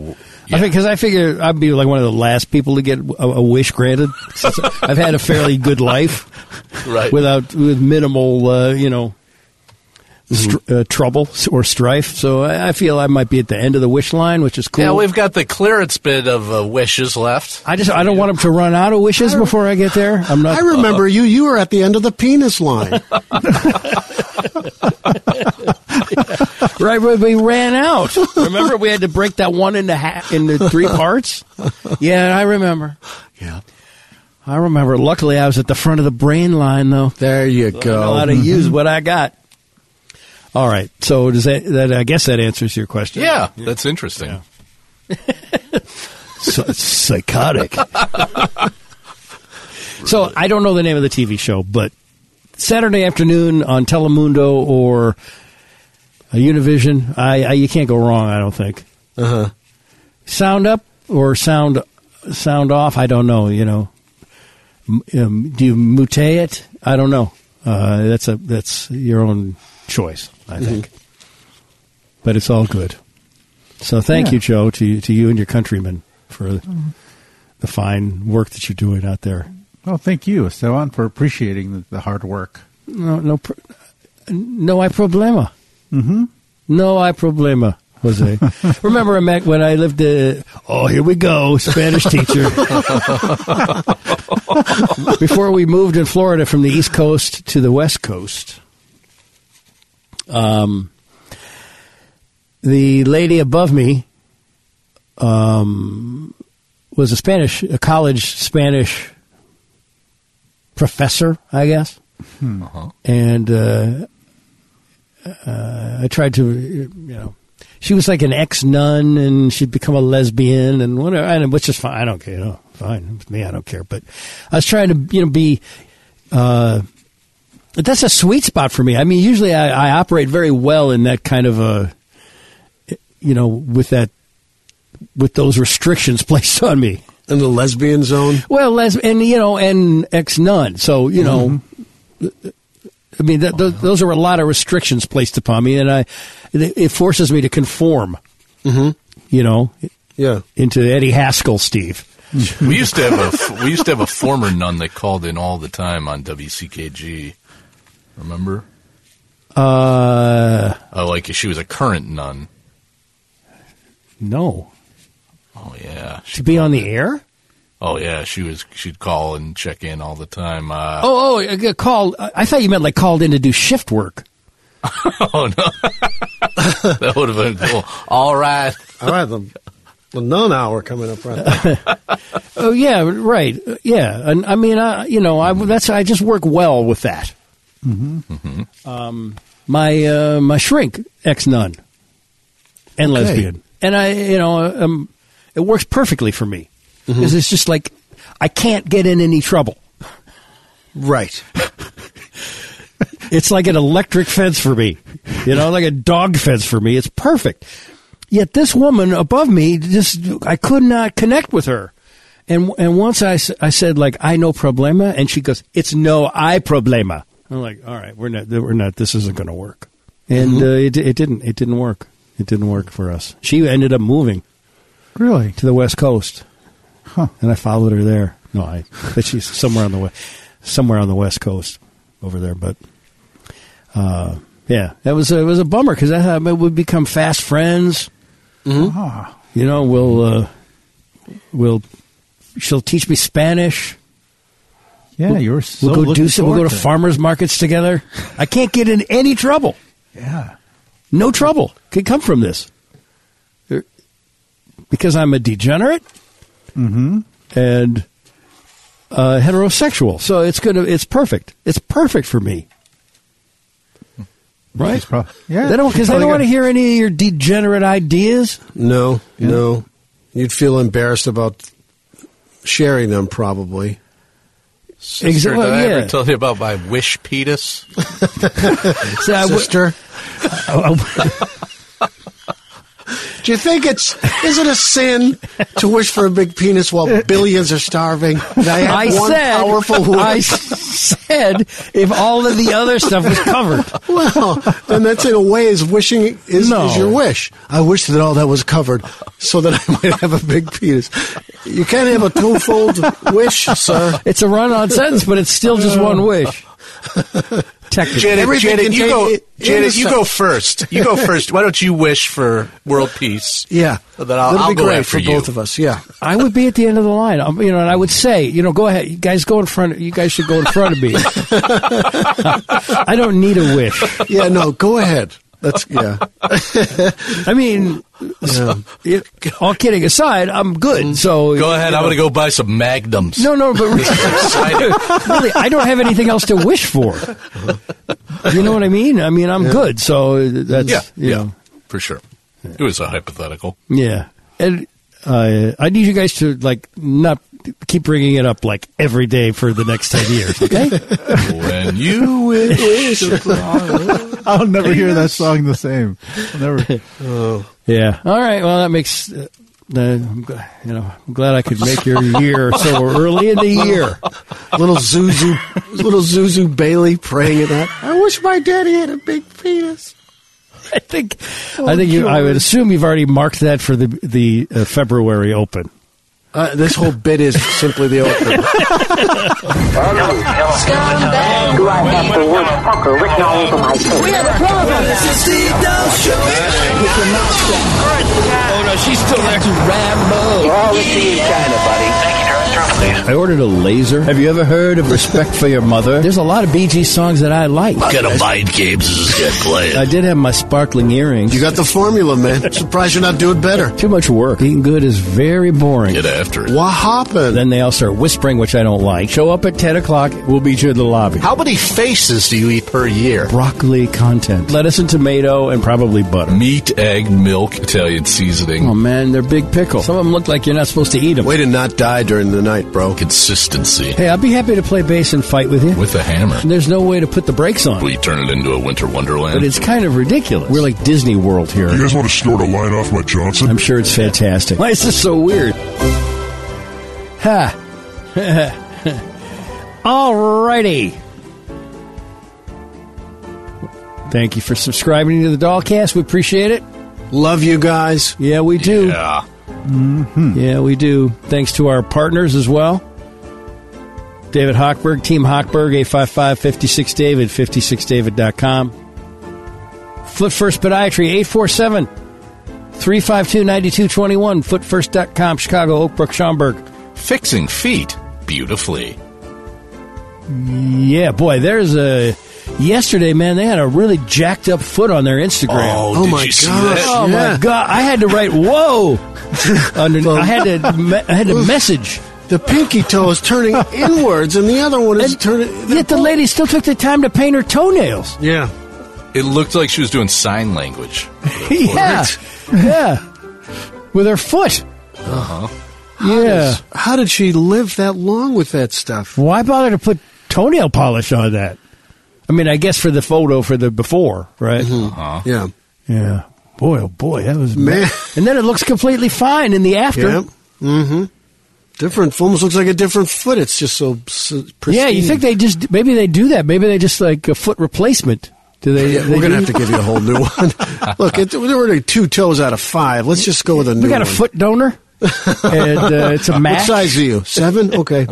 Speaker 1: I think because I figure I'd be like one of the last people to get a, a wish granted. <laughs> Since I've had a fairly good life
Speaker 4: Right.
Speaker 1: without with minimal, uh, you know, str- uh, trouble or strife. So I, I feel I might be at the end of the wish line, which is cool.
Speaker 4: Yeah, we've got the clearance bid of uh, wishes left.
Speaker 1: I just I don't want him to run out of wishes before I get there. I'm not.
Speaker 2: I remember you. You were at the end of the penis line.
Speaker 1: <laughs> Right, but we ran out. Remember, we had to break that one into ha- into three parts. <laughs> Yeah, I remember.
Speaker 2: yeah.
Speaker 1: I remember. Luckily, I was at the front of the brain line, though.
Speaker 2: There you
Speaker 1: I know how to
Speaker 2: go. Hmm.
Speaker 1: use what I got. All right. So does that, that? I guess that answers your question.
Speaker 4: Yeah, that's interesting.
Speaker 1: Psy- psychotic. <laughs> so I don't know the name of the TV show, but Saturday afternoon on Telemundo or uh, Univision, I, I you can't go wrong. I don't think. Uh huh. Sound up or sound sound off? I don't know. You know, M- um, do you mute it? I don't know. Uh, that's a that's your own choice. I think. But it's all good. So thank
Speaker 3: Yeah.
Speaker 1: you, Joe, to to you and your countrymen for the fine work that you're doing out there.
Speaker 3: Well, thank you, Esteban, for appreciating the, the hard work.
Speaker 1: No, no, pr- no, I problema. Mm-hmm. No, I problema. Jose, remember I met when I lived. Uh, oh, here we go, Spanish teacher. Before we moved in Florida from the East Coast to the West Coast, um, the lady above me um, was a Spanish, a college Spanish professor, I guess.
Speaker 4: Uh-huh.
Speaker 1: And uh, uh, I tried to, you know, she was like an ex nun, and she'd become a lesbian, and whatever, and which is fine. I don't care. You know, fine with me. I don't care. But I was trying to, you know, be. Uh, but that's a sweet spot for me. I mean, usually I, I operate very well in that kind of a, you know, with that, with those restrictions <laughs> placed on me.
Speaker 2: In the lesbian zone?
Speaker 1: Well, les- and you know, and ex nun. So you know, Mm-hmm. I mean, th- th- those are a lot of restrictions placed upon me, and I, it, it forces me to conform. Mm-hmm. You know,
Speaker 2: Yeah.
Speaker 1: into Eddie Haskell, Steve.
Speaker 4: <laughs> We used to have a f- we used to have a former nun that called in all the time on WCKG. Remember?
Speaker 1: Uh,
Speaker 4: Uh, like she was a current nun.
Speaker 1: no,
Speaker 4: Oh yeah. She,
Speaker 1: to be on the air.
Speaker 4: oh yeah. She was. She'd call and check in all the time. Uh, <laughs>
Speaker 1: Oh, oh, uh, called. I thought you meant like called in to do shift work.
Speaker 4: oh no. that would have been cool. All right.
Speaker 2: All right, the, the nun hour coming up
Speaker 1: <laughs>
Speaker 2: right now.
Speaker 1: Oh yeah, right. Uh, Yeah, and I mean, I you know, I that's I just work well with that. Mm-hmm. Um, my uh, my shrink ex nun and lesbian, and I you know um, it works perfectly for me because it's just like I can't get in any trouble.
Speaker 2: Right.
Speaker 1: <laughs> It's like an electric fence for me, you know, like a dog fence for me. It's perfect. Yet this woman above me, just I could not connect with her. And and once I, s- I said like I no problema, and she goes, "It's no I problema." I'm like, "All right, we're not we're not. This isn't going to work." And uh, it it didn't it didn't work. It didn't work for us. She ended up moving
Speaker 3: Really?
Speaker 1: to the West Coast, and I followed her there. No, I but she's somewhere on the west, somewhere on the West Coast over there. But uh, yeah, that was a, it was a bummer because I thought we'd become fast friends.
Speaker 2: Mm-hmm.
Speaker 3: Ah,
Speaker 1: You know, we'll uh, we'll she'll teach me Spanish.
Speaker 3: yeah, you were so
Speaker 1: We'll go
Speaker 3: looking
Speaker 1: do some. We'll go
Speaker 3: forward
Speaker 1: to farmers markets together. I can't get in any trouble.
Speaker 3: it. Yeah.
Speaker 1: No trouble could come from this. Er, Because I'm a degenerate
Speaker 3: Mm-hmm.
Speaker 1: and uh, heterosexual. So it's going to, it's perfect. It's perfect for me. Right?
Speaker 3: She's prob- yeah.
Speaker 1: They don't, because
Speaker 3: she's
Speaker 1: they
Speaker 3: probably
Speaker 1: don't want to
Speaker 3: got-
Speaker 1: hear any of your degenerate ideas.
Speaker 2: No, no. You'd feel embarrassed about sharing them, probably.
Speaker 4: Sister,
Speaker 1: Exactly,
Speaker 4: Did I
Speaker 1: yeah.
Speaker 4: ever tell you about my wish penis?
Speaker 1: So I w-
Speaker 2: Sister,
Speaker 1: Uh,
Speaker 2: do you think it's is it a sin to wish for a big penis while billions are starving? Did I, have
Speaker 1: I
Speaker 2: one
Speaker 1: said,
Speaker 2: powerful
Speaker 1: <laughs>
Speaker 2: word?
Speaker 1: I said, if all of the other stuff was covered,
Speaker 2: Well, then that's in a way is wishing is,
Speaker 1: No.
Speaker 2: is your wish. I wish that all that was covered so that I might have a big penis. You can't have a twofold wish,
Speaker 1: <laughs>
Speaker 2: sir.
Speaker 1: it's a run-on sentence, but it's still just one wish. Technically.
Speaker 4: Janet,
Speaker 2: Everything
Speaker 4: Janet, you
Speaker 2: contained
Speaker 4: go.
Speaker 2: in- in
Speaker 4: Janet,
Speaker 2: the
Speaker 4: you
Speaker 2: sun.
Speaker 4: go first. You go first. Why don't you wish for world peace?
Speaker 2: Yeah,
Speaker 4: So then I'll-
Speaker 2: that'll
Speaker 4: I'll
Speaker 2: be
Speaker 4: go
Speaker 2: great
Speaker 4: after
Speaker 2: for
Speaker 4: you.
Speaker 2: both of us. Yeah,
Speaker 1: I would be at the end of the line. Um, you know, and I would say, you know, go ahead, you guys go in front. You guys should go in front
Speaker 4: <laughs>
Speaker 1: of me. I don't need a wish.
Speaker 2: yeah. No, go ahead. That's yeah.
Speaker 1: I mean, it- all kidding aside, I'm good. So
Speaker 4: Go ahead. I'm going to go buy some magnums.
Speaker 1: No, no, but really, really, I don't have anything else to wish for. You know what I mean? I mean, I'm good. So that's
Speaker 4: Yeah,
Speaker 1: you
Speaker 4: yeah,
Speaker 1: know,
Speaker 4: <laughs> for sure. It was a hypothetical.
Speaker 1: yeah. And uh, I need you guys to like not keep bringing it up like every day for the next ten years. Okay.
Speaker 4: When you wish upon-
Speaker 3: I'll never hear that song the same.
Speaker 1: <laughs>
Speaker 3: I'll never.
Speaker 1: Yeah. All right. Well, that makes. Uh, uh, I'm gl- you know, I'm glad I could make your year so early in the year.
Speaker 2: Little Zuzu, little Zuzu Bailey praying at that. I wish my daddy had a big penis.
Speaker 1: I think, I think you, I would assume you've already marked that for the the uh, February Open.
Speaker 2: Uh, this whole bit is simply the open.
Speaker 6: Do I have the word fucker written all over my face? We have a problem.
Speaker 7: Oh no, she's still there. Rambo.
Speaker 6: All the same China, buddy.
Speaker 5: answer, please.
Speaker 1: I ordered a laser.
Speaker 7: Have you ever heard of Respect for Your Mother?
Speaker 1: There's a lot of BG songs that I like.
Speaker 8: What kind of mind games is this guy playing?
Speaker 1: I did have my sparkling earrings.
Speaker 2: You got the formula, man. Surprised you're not doing better.
Speaker 1: Too much work. Eating good is very boring.
Speaker 4: Get after it.
Speaker 2: What happened?
Speaker 1: Then they all start whispering, which I don't like. Show up at 10 o'clock, we'll meet you in the lobby.
Speaker 8: How many faces do you eat per year?
Speaker 1: Broccoli content. Lettuce and tomato and probably butter.
Speaker 4: Meat, egg, milk, Italian seasoning,
Speaker 1: Oh man, they're big pickle. Some of them look like you're not supposed to eat them.
Speaker 2: Way to not die during the night, bro.
Speaker 4: consistency
Speaker 1: Hey, I'd be happy to play bass and fight with you.
Speaker 4: with a hammer.
Speaker 1: There's no way to put the brakes on.
Speaker 4: We turn it into a winter
Speaker 1: But
Speaker 4: wonderland.
Speaker 1: it's kind of ridiculous. We're like Disney World
Speaker 9: You
Speaker 1: here.
Speaker 9: guys want to snort a line off my Johnson?
Speaker 1: I'm sure it's fantastic. Why is this so weird? Ha. <laughs> Alrighty. Thank you for subscribing to the Dollcast. We appreciate it.
Speaker 2: Love you guys.
Speaker 1: Yeah, we do.
Speaker 4: Yeah.
Speaker 1: Yeah, we do. Thanks to our partners as well. David Hochberg, Team Hochberg, 855-56-DAVID, 56david.com. Foot First Podiatry, 847-352-9221, footfirst.com, Chicago, Oakbrook, Schaumburg.
Speaker 4: Fixing feet beautifully.
Speaker 1: Yeah, boy, there's a... Yesterday, man, they had a really jacked up foot on their Instagram.
Speaker 2: Oh
Speaker 4: did
Speaker 2: my
Speaker 4: you see
Speaker 2: gosh.
Speaker 4: that?
Speaker 1: Oh
Speaker 2: yeah.
Speaker 1: my God! I had to write "whoa." under, I had to. Me, I had to message.
Speaker 2: The pinky toe is turning inwards, and the other one is
Speaker 1: And-
Speaker 2: turning.
Speaker 1: Yet the lady still took the time to paint her toenails.
Speaker 2: Yeah.
Speaker 4: It looked like she was doing sign language.
Speaker 1: yeah, yeah, with her foot.
Speaker 2: Uh-huh.
Speaker 1: Uh huh. Yeah.
Speaker 2: How did she live that long with that stuff?
Speaker 1: Why bother to put toenail polish on that? I mean, I guess for the photo for the before, right?
Speaker 2: Yeah.
Speaker 1: Yeah. Boy, oh boy, that was
Speaker 2: Mm-hmm. Man.
Speaker 1: And then it looks completely fine in the after.
Speaker 2: Yeah. Mm-hmm. Different. Almost looks like a different foot. It's just so s- pristine.
Speaker 1: Yeah, you think they just maybe they do that? Maybe they just like a foot replacement. Do they?
Speaker 2: Yeah,
Speaker 1: they
Speaker 2: we're gonna
Speaker 1: do-
Speaker 2: have to give you a whole
Speaker 1: <laughs>
Speaker 2: new one. Look, it, we're already two toes out of five. Let's just go with a new
Speaker 1: We got a
Speaker 2: one.
Speaker 1: foot donor, and
Speaker 2: <laughs>
Speaker 1: uh, it's a
Speaker 2: What
Speaker 1: match.
Speaker 2: size are you? Seven.
Speaker 1: <laughs>
Speaker 2: Okay.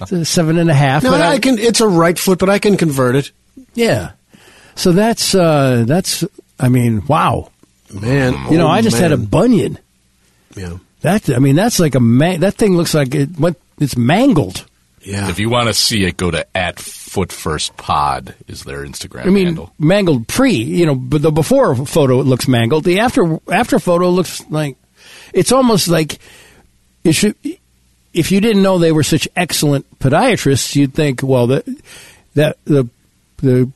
Speaker 1: It's a seven and a half.
Speaker 2: No,
Speaker 1: but
Speaker 2: I can. It's a right foot, but I can convert it.
Speaker 1: Yeah. So that's uh, that's. I mean, wow.
Speaker 2: Man,
Speaker 1: You know,
Speaker 2: oh,
Speaker 1: I just had a
Speaker 2: man.
Speaker 1: bunion.
Speaker 2: yeah,
Speaker 1: That I mean, that's like a man. That thing looks like it. What? It's mangled.
Speaker 2: yeah.
Speaker 4: If you want to see it, go to at foot first pod is their Instagram
Speaker 1: I mean,
Speaker 4: handle.
Speaker 1: mangled pre. You know, but the before photo it looks mangled. The after after photo looks like it's almost like it should. If you didn't know they were such excellent podiatrists, you'd think, well, that that the the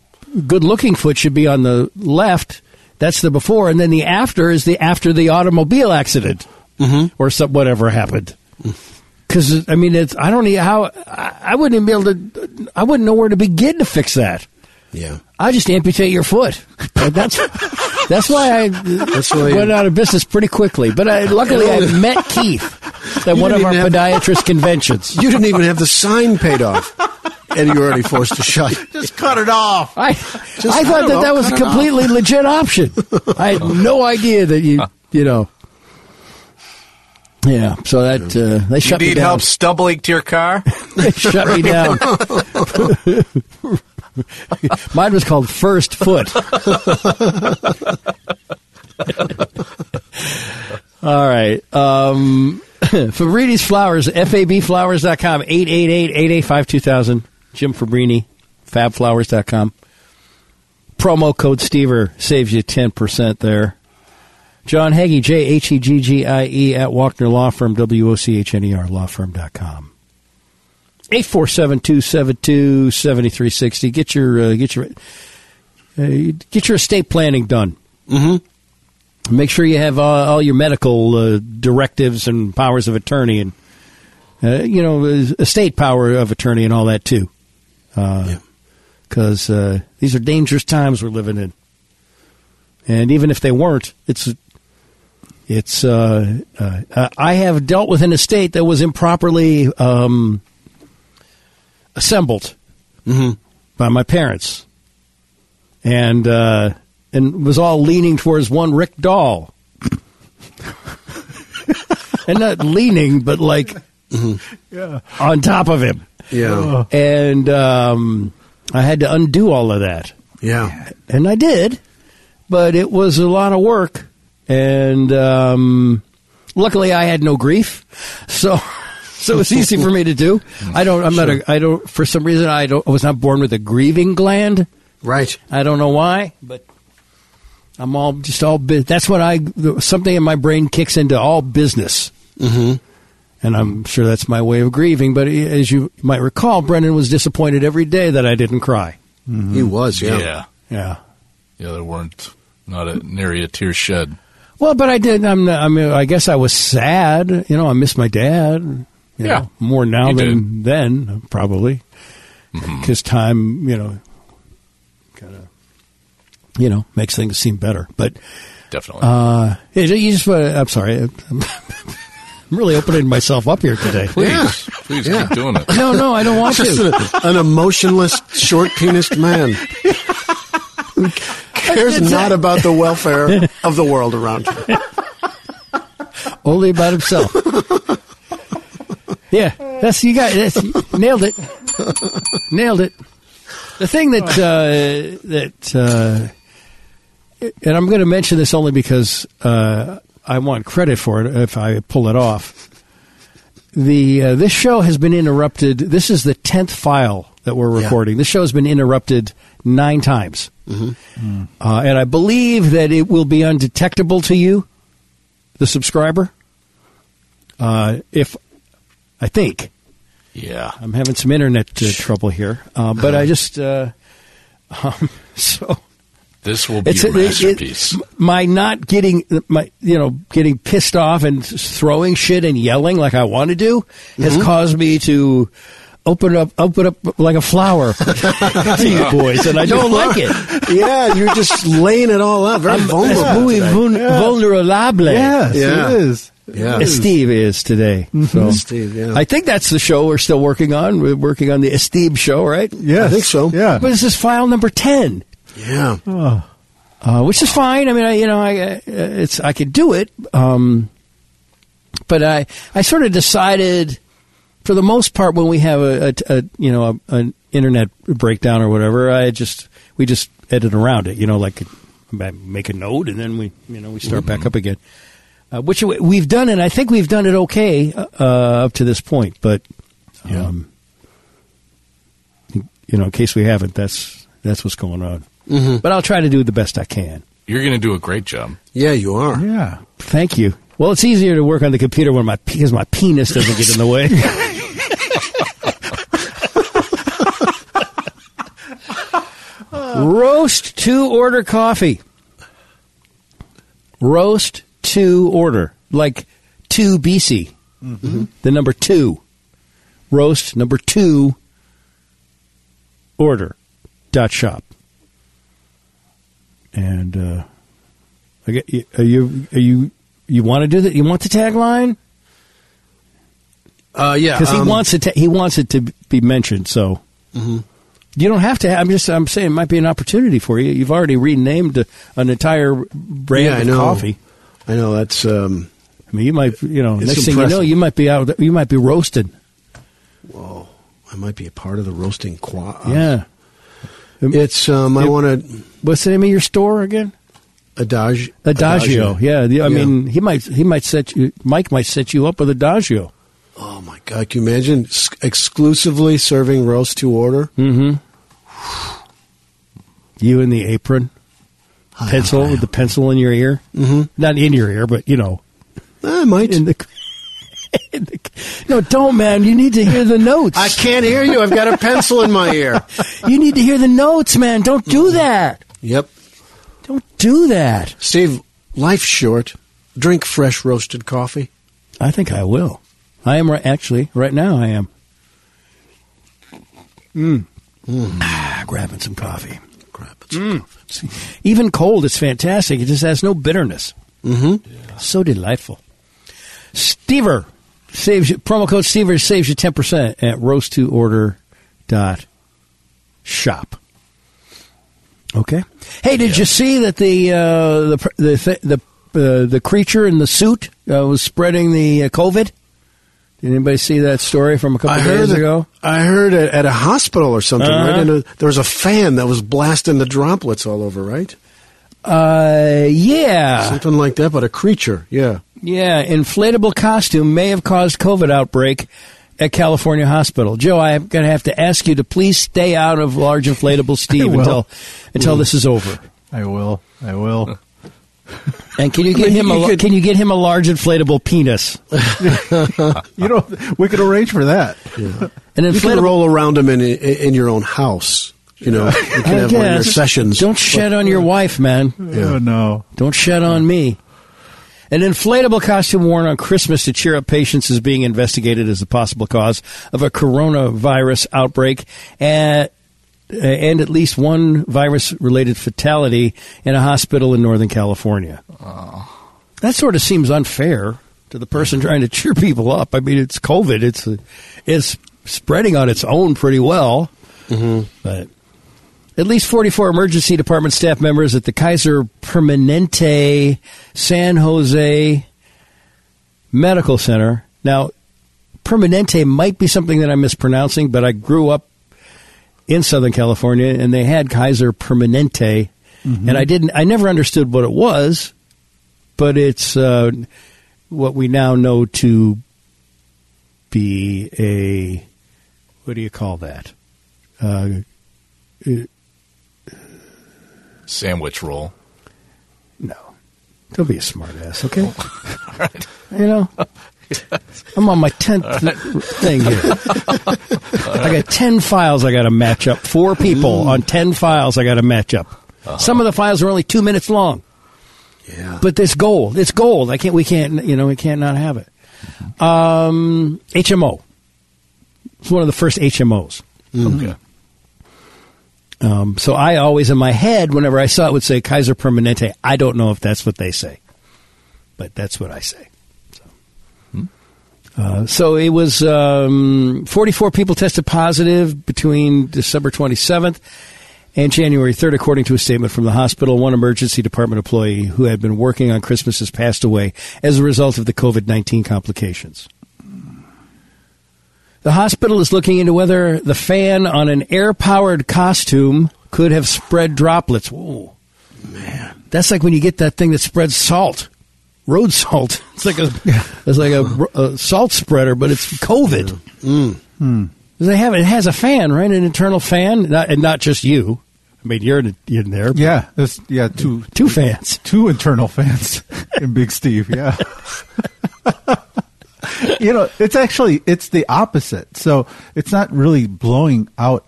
Speaker 1: good looking foot should be on the left. That's the before, and then the after is the after the automobile accident or some whatever happened. Because I mean, it's I don't know how I, I wouldn't even be able to. I wouldn't know where to begin to fix that.
Speaker 2: yeah.
Speaker 1: I just amputate your foot. And That's that's why I
Speaker 2: why you-
Speaker 1: went out of business pretty quickly. But I, luckily, I met Keith at one of
Speaker 2: didn't
Speaker 1: our
Speaker 2: even
Speaker 1: podiatrist conventions.
Speaker 2: You didn't even have the sign
Speaker 1: <laughs>
Speaker 2: paid off, and you were already forced to shut.
Speaker 7: Just cut it off.
Speaker 1: I I
Speaker 2: cut
Speaker 1: thought
Speaker 2: it
Speaker 1: that
Speaker 2: off,
Speaker 1: that was a
Speaker 2: cut it off.
Speaker 1: completely legit option. I had no idea that you you know. Yeah, so that uh, they shut me
Speaker 7: Need
Speaker 1: down.
Speaker 7: help stumbling to your
Speaker 4: <laughs>
Speaker 7: car?
Speaker 1: They <laughs> shut me down. Mine was called First Foot. <laughs> All right. Um, <laughs> Fabrini's Flowers, fabflowers.com, 888-885-2000. Jim Fabrini, fabflowers.com. Promo code Stever saves you 10% there. John Heggie, J H E G G I E, at Walkner Law Firm, W O C H N E R, lawfirm.com. 847-272-7360. Get your uh, get your uh, get your estate planning done. Mm-hmm. Make sure you have uh, all your medical uh, directives and powers of attorney and uh, you know estate power of attorney and all that too. Because uh, these are dangerous times we're living in, and even if they weren't, it's it's. Uh, uh, I have dealt with an estate that was improperly um, assembled
Speaker 2: Mm-hmm.
Speaker 1: by my parents, and uh, and was all leaning towards one Rick Doll, <laughs> and not leaning, but like on top of him,
Speaker 2: Yeah,
Speaker 1: Oh, and um, I had to undo all of that,
Speaker 2: yeah.
Speaker 1: and I did, but it was a lot of work, and um, luckily I had no grief, so. <laughs> so it's easy for me to do. I don't. I'm not. A, I don't. For some reason, I don't. I was not born with a grieving gland.
Speaker 2: Right.
Speaker 1: I don't know why, but I'm all just all. bu- That's what I. Something in my brain kicks into all business.
Speaker 2: Mm-hmm.
Speaker 1: And I'm sure that's my way of grieving. But as you might recall, Brendan was disappointed every day that I didn't cry.
Speaker 2: He was, yeah.
Speaker 4: yeah.
Speaker 1: Yeah.
Speaker 4: Yeah, there weren't not a nary a tear shed.
Speaker 1: Well, but I did. I'm. not- I mean, I guess I was sad. You know, I miss my dad. you
Speaker 4: Yeah.
Speaker 1: know, more now
Speaker 4: You Mm-hmm.
Speaker 1: than then, probably, because time, you know, kind of, you know, makes things seem better. But
Speaker 4: Definitely.
Speaker 1: uh, it, you just. wanna- I'm <laughs> sorry. I'm, I'm really opening myself up here today.
Speaker 4: please,
Speaker 2: yeah.
Speaker 4: please
Speaker 2: Yeah.
Speaker 4: keep doing
Speaker 1: <laughs>
Speaker 4: it.
Speaker 1: No, no, I don't want
Speaker 2: Just
Speaker 1: to.
Speaker 2: a- an emotionless, short penised man who cares not about the welfare of the world around him.
Speaker 1: Only about himself. yeah, that's you got. That's, nailed it. Nailed it. The thing that uh, that uh, and I'm going to mention this only because uh, I want credit for it if I pull it off. The uh, this show has been interrupted. This is the tenth file that we're
Speaker 2: Yeah.
Speaker 1: recording. This show has been interrupted nine times, uh, and I believe that it will be undetectable to you, the subscriber. Uh, if I think
Speaker 4: Yeah.
Speaker 1: I'm having some internet uh, trouble here, uh, but
Speaker 2: Uh-huh.
Speaker 1: I just uh, <laughs> um, so
Speaker 4: This will be your
Speaker 1: it- it-
Speaker 4: masterpiece.
Speaker 1: m- my not getting my you know getting pissed off and throwing shit and yelling like I want to do has
Speaker 2: Mm-hmm.
Speaker 1: caused me to open up open up like a flower <laughs> to you boys, and I don't like it.
Speaker 2: <laughs> Yeah, you're just laying it all out. Very vulnerable.
Speaker 1: It's muy
Speaker 2: today.
Speaker 1: vul- vulnerable.
Speaker 3: Yes,
Speaker 2: Yeah. Mm.
Speaker 3: it is.
Speaker 2: Yeah.
Speaker 1: As Steve is today. So
Speaker 2: Steve, yeah.
Speaker 1: I think that's the show we're still working on. We're working on the Steve show, right?
Speaker 3: Yes.
Speaker 2: I think so.
Speaker 3: Yeah.
Speaker 1: But this is file number ten.
Speaker 2: Yeah.
Speaker 1: uh, which is fine. I mean, I, you know, I uh, it's I could do it, um, but I I sort of decided for the most part when we have a, a, a you know a, an internet breakdown or whatever, I just we just edit around it. You know, like I make a note and then we you know we start back up again, uh, which we- we've done, and I think we've done it okay uh, up to this point. But um, you know, in case we haven't, that's that's what's going on.
Speaker 2: Mm-hmm.
Speaker 1: But I'll try to do the best I can.
Speaker 4: You're going to do a great job.
Speaker 2: Yeah, you are.
Speaker 3: yeah.
Speaker 1: Thank you. Well, it's easier to work on the computer when my because my penis doesn't get in the way. Roast to order coffee. Roast to order, like two BC, the number two. Roast number two. Order. Dot shop. And. Uh, I get- Are you are you you want to do that? You want the tagline
Speaker 2: Uh, yeah.
Speaker 1: because
Speaker 2: um,
Speaker 1: Mm-hmm. he
Speaker 2: Mm-hmm.
Speaker 1: wants it. To, he wants it to be mentioned. So you don't have to. I'm just I'm saying it might be an opportunity for you. You've already renamed an entire brand
Speaker 2: Yeah, I
Speaker 1: of
Speaker 2: know.
Speaker 1: coffee.
Speaker 2: I know that's. Um,
Speaker 1: I mean, you might you know
Speaker 2: It's
Speaker 1: next thing you know
Speaker 2: impressive.
Speaker 1: you might be out. You might be roasted.
Speaker 2: I might be a part of the roasting quad.
Speaker 1: yeah.
Speaker 2: It's. Um, I
Speaker 1: It-
Speaker 2: want to
Speaker 1: What's the name of your store again?
Speaker 2: adage.
Speaker 1: Adagio. Yeah. The, I
Speaker 2: Yeah.
Speaker 1: mean, he might he might set you. Mike might set you up with Adagio.
Speaker 2: Oh my God! Can you imagine S- exclusively serving roast to order?
Speaker 1: You in the apron, pencil with the pencil in your ear. Mm-hmm. Not in your ear, but you know.
Speaker 2: I might.
Speaker 1: in the, <laughs> in the no don't man you need to hear the notes
Speaker 2: I can't hear you. I've got a pencil in my ear.
Speaker 1: <laughs> you need to hear the notes man don't do that
Speaker 2: Yep.
Speaker 1: don't do that
Speaker 2: Steve, life's short. Drink fresh roasted coffee.
Speaker 1: i think i will i am right actually right now i am mm. grabbing some coffee
Speaker 2: Grab it. Mm.
Speaker 1: even cold it's fantastic it just has no bitterness
Speaker 2: Mm-hmm.
Speaker 1: so delightful stever saves you promo code stever saves you 10% at roast to order dot shop. Okay. Hey, did you see that the uh, the pr- the th- the uh, the creature in the suit uh, was spreading the uh, COVID? Did anybody see that story from a couple
Speaker 2: I heard
Speaker 1: days
Speaker 2: that-
Speaker 1: ago?
Speaker 2: I heard it at a hospital or something.
Speaker 1: Uh-huh.
Speaker 2: Right? And a, there was a fan that was blasting the droplets all over. Right?
Speaker 1: Uh, yeah. Ah.
Speaker 2: Something like that, but a creature. Yeah.
Speaker 1: Yeah, inflatable costume may have caused COVID outbreak at California hospital. Joe, I'm going to have to ask you to please stay out of large
Speaker 2: <laughs>
Speaker 1: inflatable Steve
Speaker 3: will.
Speaker 1: until until this is over.
Speaker 3: I will. I will.
Speaker 1: And can you get him a
Speaker 2: you
Speaker 1: la-
Speaker 2: could-
Speaker 1: can you get him a large inflatable penis?
Speaker 3: you know, <laughs> we could arrange for that.
Speaker 1: An
Speaker 2: You can
Speaker 1: inflatable
Speaker 2: roll around them in, in in your own house. You
Speaker 1: <laughs>
Speaker 2: know, you can
Speaker 1: I
Speaker 2: have one of your
Speaker 1: guess.
Speaker 2: sessions.
Speaker 1: Don't shed on your wife, man.
Speaker 2: Yeah.
Speaker 3: Oh no.
Speaker 1: Don't shed on me. An inflatable costume worn on Christmas to cheer up patients is being investigated as a possible cause of a coronavirus outbreak and, and at least one virus related fatality in a hospital in Northern California. That sort of seems unfair to the person trying to cheer people up. I mean, it's COVID, it's, it's spreading on its own pretty well. But at least 44 emergency department staff members at the Kaiser Permanente San Jose Medical Center. Now, Permanente might be something that I'm mispronouncing, but I grew up in Southern California and they had Kaiser Permanente and I didn't I never understood what it was, but it's uh, what we now know to be a what do you call that? Uh,
Speaker 4: Sandwich roll.
Speaker 1: No. Don't be a smartass, okay? You know, I'm on my 10th thing here. I got 10 files I got to match up. Four people on 10 files I got to match up. Some of the files are only two minutes long.
Speaker 2: Yeah.
Speaker 1: But this gold, it's gold. I can't. We can't. You know, we can't not have it. Um, HMO. It's one of the first HMOs.
Speaker 4: Okay.
Speaker 1: Um, so I always in my head, whenever I saw it, would say Kaiser Permanente. I don't know if that's what they say, but that's what I say. So, uh, so it was um, 44 people tested positive between December 27th and January 3rd, according to a statement from the hospital. One emergency department employee who had been working on Christmas has passed away as a result of the COVID 19 complications. The hospital is looking into whether the fan on an air powered costume could have spread droplets. Whoa. Man. That's like when you get that thing that spreads salt, road salt. <laughs> It's like a, it's like a, a salt spreader, but it's COVID. Hmm. They have it has a fan, right? An internal fan, not, and not just you. I mean, you're in, you're in there.
Speaker 3: Yeah. This. Yeah. Two.
Speaker 1: Two fans.
Speaker 3: Two internal fans <laughs> in Big Steve. Yeah. <laughs> you know, it's actually it's the opposite. So it's not really blowing out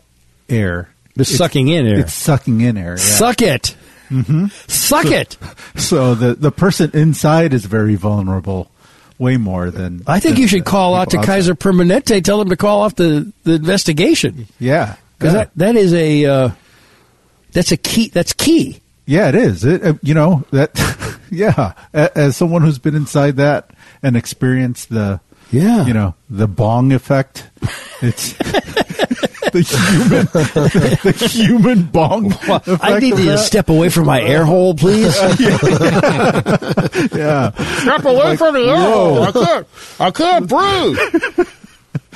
Speaker 3: air.
Speaker 1: It's sucking in air.
Speaker 3: It's sucking in air. Yeah.
Speaker 1: Suck it. Mm-hmm. Suck it.
Speaker 3: So the the person inside is very vulnerable, way more than.
Speaker 1: I think
Speaker 3: than
Speaker 1: you should
Speaker 3: the
Speaker 1: call out to
Speaker 3: people outside.
Speaker 1: Kaiser Permanente. Tell them to call off the, the investigation.
Speaker 3: Yeah.
Speaker 1: Because
Speaker 3: yeah.
Speaker 1: that, that is a uh, that's a key. That's key.
Speaker 3: Yeah, it is. It, uh, you know that. <laughs> yeah, A- as someone who's been inside that and experienced the
Speaker 1: Yeah.
Speaker 3: <laughs> you know the bong effect, it's <laughs> the human the human bong. effect
Speaker 1: I need
Speaker 3: of
Speaker 1: you to
Speaker 3: that.
Speaker 1: step away from my air hole,
Speaker 3: <laughs>
Speaker 1: please.
Speaker 3: Yeah,
Speaker 10: Step away from the arrow. I can't. I can't breathe.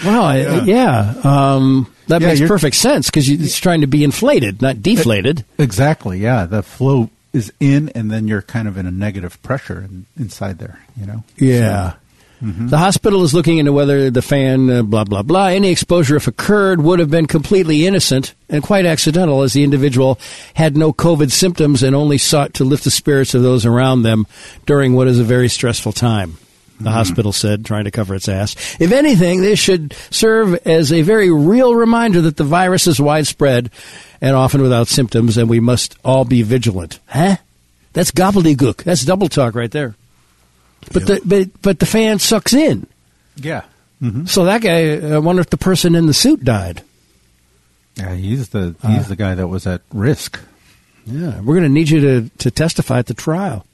Speaker 1: wow. Yeah. yeah. Um, that
Speaker 3: Yeah,
Speaker 1: makes
Speaker 3: you're-
Speaker 1: perfect sense because it's trying to be inflated, not deflated.
Speaker 3: exactly. Yeah, the flow is in, and then you're kind of in a negative pressure in, inside there. You know.
Speaker 1: Yeah. The hospital is looking into whether the fan, uh, blah, blah, blah, any exposure, if occurred, would have been completely innocent and quite accidental, as the individual had no COVID symptoms and only sought to lift the spirits of those around them during what is a very stressful time. The hospital said, trying to cover its ass. If anything, this should serve as a very real reminder that the virus is widespread and often without symptoms, and we must all be vigilant. Huh? That's gobbledygook. That's double talk right there. But the but but the fan sucks in.
Speaker 3: Yeah.
Speaker 1: So that guy, I wonder if the person in the suit died.
Speaker 3: Yeah, he's the
Speaker 1: Uh,
Speaker 3: he's the guy that was at risk.
Speaker 1: Yeah, we're going to need you to, to testify at the trial.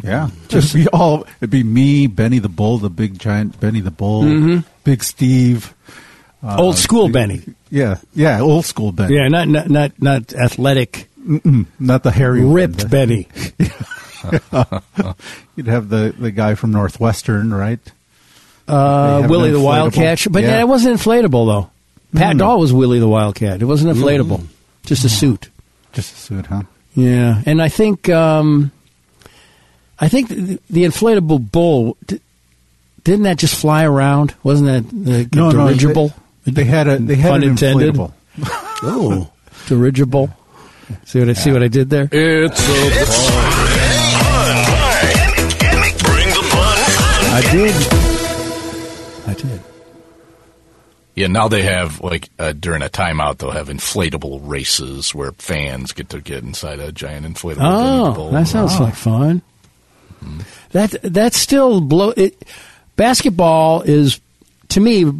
Speaker 3: Yeah, <laughs> just be all. It'd be me, Benny the Bull, the big giant Benny the Bull,
Speaker 1: Mm-hmm.
Speaker 3: Big Steve.
Speaker 1: Old school Benny.
Speaker 3: Yeah, yeah, old school Benny.
Speaker 1: Uh, Yeah, not not not, not athletic,
Speaker 3: not the hairy one,
Speaker 1: ripped <laughs>
Speaker 3: but
Speaker 1: Benny.
Speaker 3: You'd have the the guy from Northwestern, right? They
Speaker 1: Uh,
Speaker 3: have
Speaker 1: Willie
Speaker 3: an
Speaker 1: the
Speaker 3: inflatable-
Speaker 1: Wildcat. But yeah.
Speaker 3: Yeah. Mm.
Speaker 1: it wasn't inflatable though. Pat Doll was Willie the Wildcat. It wasn't inflatable.
Speaker 3: Mm-hmm.
Speaker 1: Just a suit.
Speaker 3: Just a suit, huh?
Speaker 1: Yeah, and I think um, I think the, the inflatable bull d- didn't that just fly around? Wasn't that like,
Speaker 3: No,
Speaker 1: a
Speaker 3: no,
Speaker 1: dirigible?
Speaker 3: They, they had a they
Speaker 1: Mm-hmm.
Speaker 3: had
Speaker 1: Pun
Speaker 3: an
Speaker 1: intended.
Speaker 3: inflatable.
Speaker 2: Oh,
Speaker 1: dirigible. See what I see what I did there?
Speaker 4: It's a
Speaker 1: I did. I did.
Speaker 4: yeah. Now they have like uh, during a timeout they'll have inflatable races where fans get to get inside a giant inflatable.
Speaker 1: Oh,
Speaker 4: bowl.
Speaker 1: that sounds
Speaker 4: Ah.
Speaker 1: like fun.
Speaker 4: Mm-hmm.
Speaker 1: That that's still blow it. Basketball is to me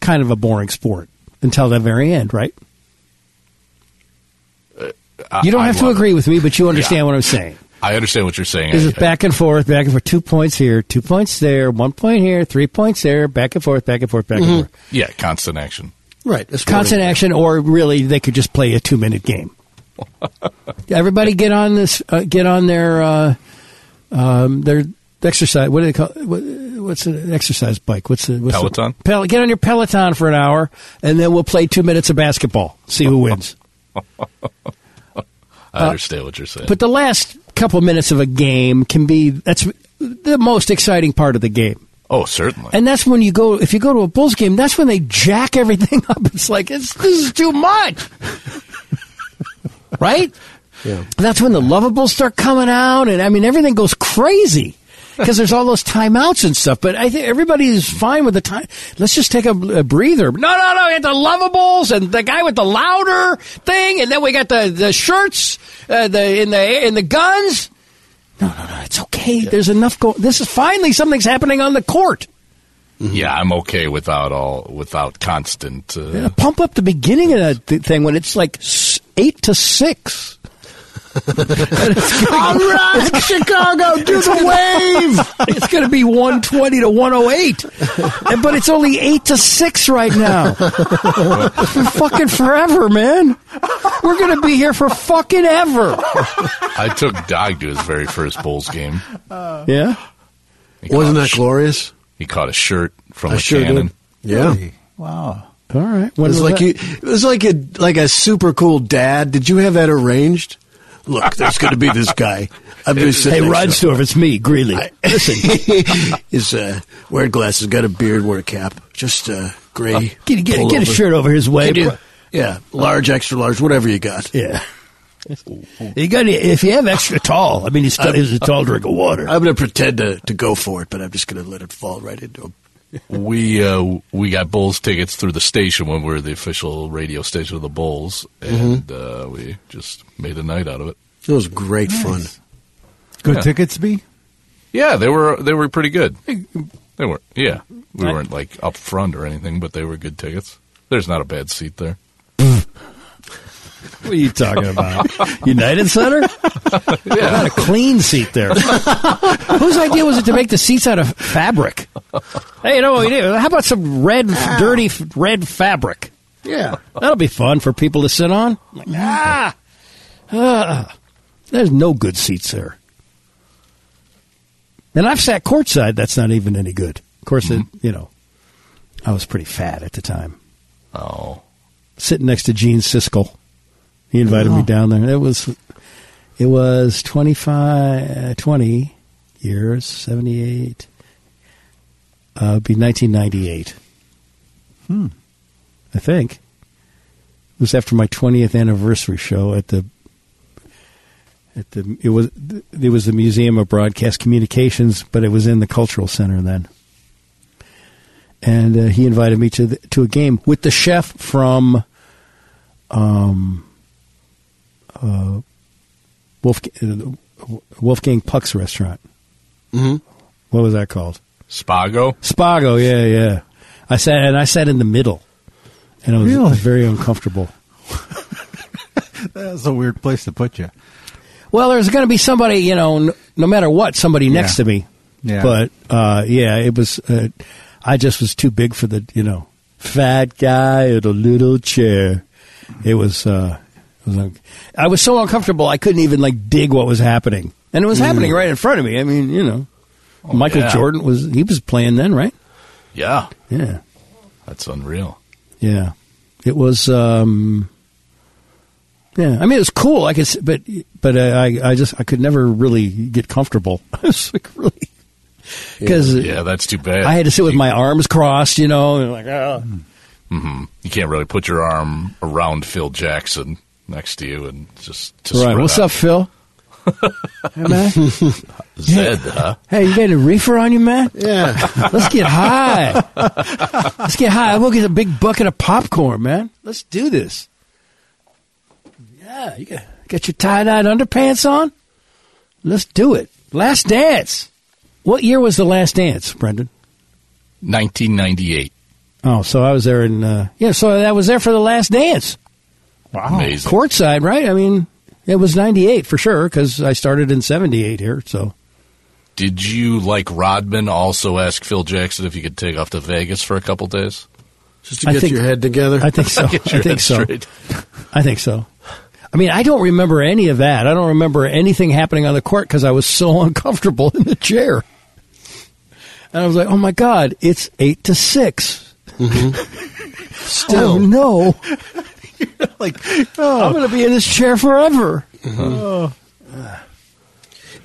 Speaker 1: kind of a boring sport until the very end, right?
Speaker 4: I-
Speaker 1: You don't
Speaker 4: I
Speaker 1: have to
Speaker 4: love
Speaker 1: agree
Speaker 4: it.
Speaker 1: with me, but you understand
Speaker 4: Yeah.
Speaker 1: what I'm saying.
Speaker 4: I understand what you're saying.
Speaker 1: Is
Speaker 4: I-
Speaker 1: it back and forth, back and forth, two points here, two points there, one point here, three points there, back and forth, back and forth, back and forth.
Speaker 4: I- yeah, constant action.
Speaker 2: right. That's
Speaker 1: Constant action, or really, they could just play a two minute game. Everybody get on this, uh, get on their, uh, um, their exercise. What do they call? What, what's an exercise bike? What's the what's the-
Speaker 4: Peloton?
Speaker 1: Pel- get on your Peloton for an hour, and then we'll play two minutes of basketball. See who wins.
Speaker 2: Uh,
Speaker 4: I understand what you're saying.
Speaker 1: But the last couple minutes of a game can be that's the most exciting part of the game.
Speaker 4: oh, certainly.
Speaker 1: And that's when you go. If you go to a Bulls game, that's when they jack everything <laughs> up. It's like it's, this is too much, <laughs> right?
Speaker 2: Yeah.
Speaker 1: That's when the lovables start coming out, and I mean everything goes crazy because there's all those timeouts and stuff. But I think everybody is fine with the time. Let's just take a, a breather. No, no, no. We had the lovables and the guy with the louder thing, and then we got the the shirts, uh, the in the in the guns. No, no, no. It's okay. There's enough. Go- this is finally something's happening on the court.
Speaker 4: yeah, I'm okay without all without constant. Uh,
Speaker 1: Yeah, pump up the beginning of that th- thing when it's like s- eight to <laughs> six. All right, <laughs> Chicago, do the wave. It's going to be one twenty to one oh eight, but it's only eight to six right now. For fucking forever, man. We're going to be here for fucking ever.
Speaker 4: I took Dog to his very first Bulls game.
Speaker 1: Yeah,
Speaker 4: He
Speaker 2: Wasn't
Speaker 4: caught a
Speaker 2: that
Speaker 4: sh-
Speaker 2: glorious?
Speaker 4: He caught a shirt from
Speaker 2: I
Speaker 4: a
Speaker 2: sure did.
Speaker 4: cannon.
Speaker 2: Yeah.
Speaker 3: Really? Wow.
Speaker 1: all right. When
Speaker 2: It
Speaker 1: was
Speaker 2: was like
Speaker 1: that?
Speaker 2: you, it was like a like a super cool dad. Did you have that arranged? Look, there's going to be this guy. I'm just
Speaker 1: Hey,
Speaker 2: sitting there
Speaker 1: Rodstov, it's me, Greeley. Listen,
Speaker 2: saying, <laughs> He's uh, wearing glasses, got a beard, wore a cap, just uh, gray.
Speaker 1: get, get, get a
Speaker 2: pullover.
Speaker 1: shirt over his way.
Speaker 2: Can you- yeah, large, extra large, whatever you got.
Speaker 1: Yeah. You got if you have extra tall. I mean, it's, it's a tall drink of water.
Speaker 2: I'm going to pretend to, to go for it, but I'm just going to let it fall right into him.
Speaker 4: we uh, we got Bulls tickets through the station when we were the official radio station of the Bulls,
Speaker 2: Mm-hmm.
Speaker 4: and uh, we just made a night out of it.
Speaker 2: It was great fun.
Speaker 3: Good
Speaker 4: Yeah.
Speaker 3: tickets, be
Speaker 4: Yeah, they were they were pretty good. They were yeah. We weren't like up front or anything, but they were good tickets. There's not a bad seat there.
Speaker 1: What are you talking about? <laughs> United Center? Not a clean seat <laughs> there. Whose idea was it to make the seats out of fabric? Hey, you know what we do? How about some red, dirty f- red fabric?
Speaker 2: Yeah.
Speaker 1: That'll be fun for people to sit on. Like, ah, Ah. there's no good seats there. And I've sat courtside. That's not even any good. Of course, it, you know, I was pretty fat at the time.
Speaker 4: Oh,
Speaker 1: Sitting next to Gene Siskel, he invited me down there. It was, it was 25, uh, 20 years, seventy eight. Uh, it'd be nineteen ninety eight. I think. It was after my 20th anniversary show at the at the it was it was the Museum of Broadcast Communications, but it was in the Cultural Center then. And uh, he invited me to the, to a game with the chef from um uh Wolf uh, Wolfgang Puck's restaurant.
Speaker 2: hmm
Speaker 1: What was that called?
Speaker 4: Spago.
Speaker 1: Spago, yeah, yeah. I sat and I sat in the middle, and it was
Speaker 3: Really?
Speaker 1: very uncomfortable.
Speaker 3: That's a weird place to put you.
Speaker 1: Well, there's going to be somebody, you know, no, no matter what, somebody next to me.
Speaker 3: Yeah.
Speaker 1: But uh, yeah, it was. Uh, I just was too big for the, you know, fat guy in a little chair. It was. Uh, it was un- I was so uncomfortable. I couldn't even like dig what was happening, and it was happening right in front of me. I mean, you know, Michael
Speaker 4: yeah.
Speaker 1: Jordan was he was playing then, right?
Speaker 4: Yeah,
Speaker 1: Yeah.
Speaker 4: that's unreal.
Speaker 1: Yeah. It was um Yeah, I mean it's cool. I could, s- but but uh, I I just I could never really get comfortable. <laughs> It's like really because
Speaker 4: yeah, that's too bad.
Speaker 1: I had to sit with my arms crossed, you know, and like oh.
Speaker 4: hmm You can't really put your arm around Phil Jackson next to you and just, just
Speaker 1: right. What's up, Phil? hey man,
Speaker 4: <laughs> Zed, huh?
Speaker 1: hey, you got a reefer on you, man?
Speaker 2: Yeah.
Speaker 1: <laughs> Let's get high. Let's get high. We'll get a big bucket of popcorn, man. Let's do this. Yeah, you got, got your tie dyed underpants on? Let's do it. Last Dance. What year was the Last Dance, Brendan?
Speaker 4: 1998.
Speaker 1: Oh, so I was there in uh, yeah. So I was there for the Last Dance,
Speaker 3: Wow.
Speaker 4: Amazing.
Speaker 1: courtside, right? I mean, it was '98 for sure because I started in '78 here. So
Speaker 4: Did you, like Rodman, also ask Phil Jackson if you could take off to Vegas for a couple days?
Speaker 2: Just to
Speaker 1: I
Speaker 2: get
Speaker 1: think-
Speaker 2: your head together.
Speaker 1: I <laughs> think so. I
Speaker 4: Get your
Speaker 1: think
Speaker 4: head
Speaker 1: so.
Speaker 4: straight.
Speaker 1: I think so. I mean, I don't remember any of that. I don't remember anything happening on the court because I was so <laughs> uncomfortable in the chair. And I was like, "Oh my God, it's eight to 6 Still,
Speaker 2: Oh. <laughs>
Speaker 1: no, <laughs>
Speaker 3: Like,
Speaker 1: I'm going to be in this chair forever."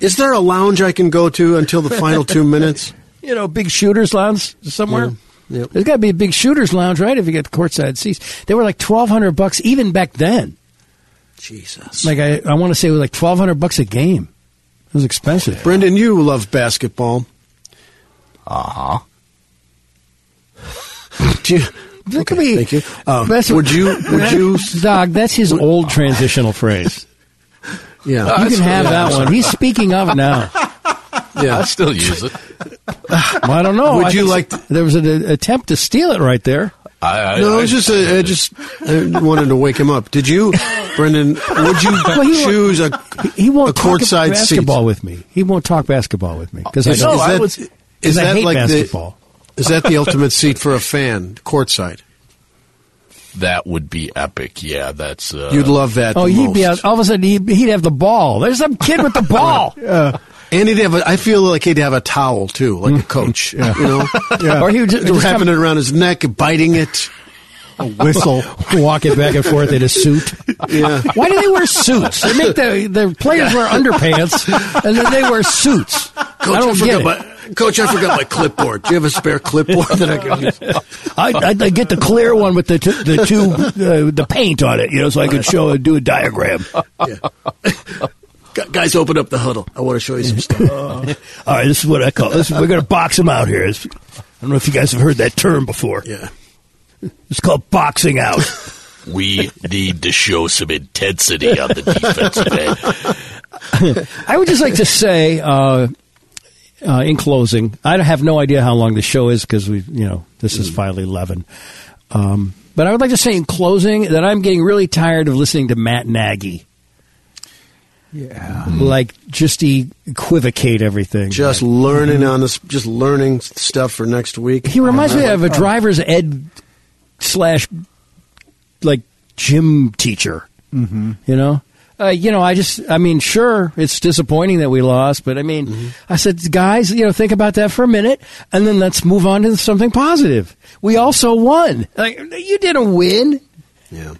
Speaker 2: Is there a lounge I can go to until the final
Speaker 1: <laughs>
Speaker 2: two minutes?
Speaker 1: you know, big shooters lounge somewhere.
Speaker 2: Yeah. Yep.
Speaker 1: There's got to be a big shooters lounge, right? If you get the courtside seats, they were like twelve hundred bucks even back then.
Speaker 2: Jesus.
Speaker 1: Like I, I want to say it was like twelve hundred bucks a game. It was expensive.
Speaker 2: Brendan, you love basketball.
Speaker 4: Uh huh.
Speaker 2: Do you,
Speaker 1: Look at me.
Speaker 2: Thank you. Um,
Speaker 1: That's-
Speaker 2: would you?
Speaker 1: <laughs>
Speaker 2: Would you?
Speaker 1: Dog, that's his old transitional
Speaker 2: <laughs>
Speaker 1: phrase.
Speaker 2: Yeah.
Speaker 1: You can have that one. He's speaking of it
Speaker 2: <laughs>
Speaker 1: now.
Speaker 4: I
Speaker 2: Yeah.
Speaker 4: still use it.
Speaker 1: Well, I don't know.
Speaker 2: Would
Speaker 1: I
Speaker 2: you
Speaker 1: think
Speaker 2: like
Speaker 1: There was an uh, attempt to steal it right there.
Speaker 4: I, I,
Speaker 2: No,
Speaker 4: I,
Speaker 2: it was just a, I just I wanted to wake him up. Did you, Brendan?
Speaker 1: <laughs>
Speaker 2: Would you
Speaker 1: he wa-
Speaker 2: choose a
Speaker 1: He won't
Speaker 2: a
Speaker 1: talk
Speaker 2: courtside
Speaker 1: basketball with me. He won't talk basketball with me because I
Speaker 2: Is,
Speaker 1: don't.
Speaker 2: is that,
Speaker 1: was,
Speaker 2: is that
Speaker 1: I hate
Speaker 2: like
Speaker 1: basketball.
Speaker 2: the is that the ultimate seat for a fan courtside?
Speaker 4: that would be epic. Yeah, that's. Uh,
Speaker 2: You'd love that.
Speaker 1: oh,
Speaker 2: the
Speaker 1: he'd be out,
Speaker 2: most.
Speaker 1: all of a sudden he'd, he'd have the ball. There's some kid
Speaker 2: <laughs>
Speaker 1: with the ball.
Speaker 2: and he'd have. A, I feel like he'd have a towel too, like a
Speaker 1: <laughs>
Speaker 2: coach. You know,
Speaker 1: Or he would ju- just
Speaker 2: wrapping
Speaker 1: come-
Speaker 2: it around his neck, biting it.
Speaker 3: a whistle.
Speaker 1: walking back and forth in a suit.
Speaker 2: Yeah.
Speaker 1: Why do they wear suits? They make the the players wear underpants and then they wear suits. I don't get
Speaker 2: forgot
Speaker 1: it.
Speaker 2: my coach. I forgot my clipboard. Do you have a spare clipboard that I can use?
Speaker 1: I, I, I get the clear one with the t- the two uh, the paint on it, you know, so I can show do a diagram. All
Speaker 2: Gu- Guys, open up the huddle. I want to show you some stuff.
Speaker 1: right, this is what I call this. We're gonna box them out here. It's- I don't know if you guys have heard that term before.
Speaker 2: yeah.
Speaker 1: It's called boxing out.
Speaker 8: We need to show some intensity on the defensive end.
Speaker 1: I would just like to say, uh, uh, in closing, I have no idea how long the show is because we, you know, this is file eleven. Um, but I would like to say in closing that I'm getting really tired of listening to Matt Nagy. Yeah, like just equivocate everything.
Speaker 2: Just learning on this. Just learning stuff for next week.
Speaker 1: he reminds me of a driver's ed slash like gym teacher. Mm-hmm. You know, uh, you know. I just, I mean, sure, it's disappointing that we lost, but I mean, I said, guys, you know, think about that for a minute, and then let's move on to something positive. We also won. Like you didn't win.
Speaker 2: Yeah.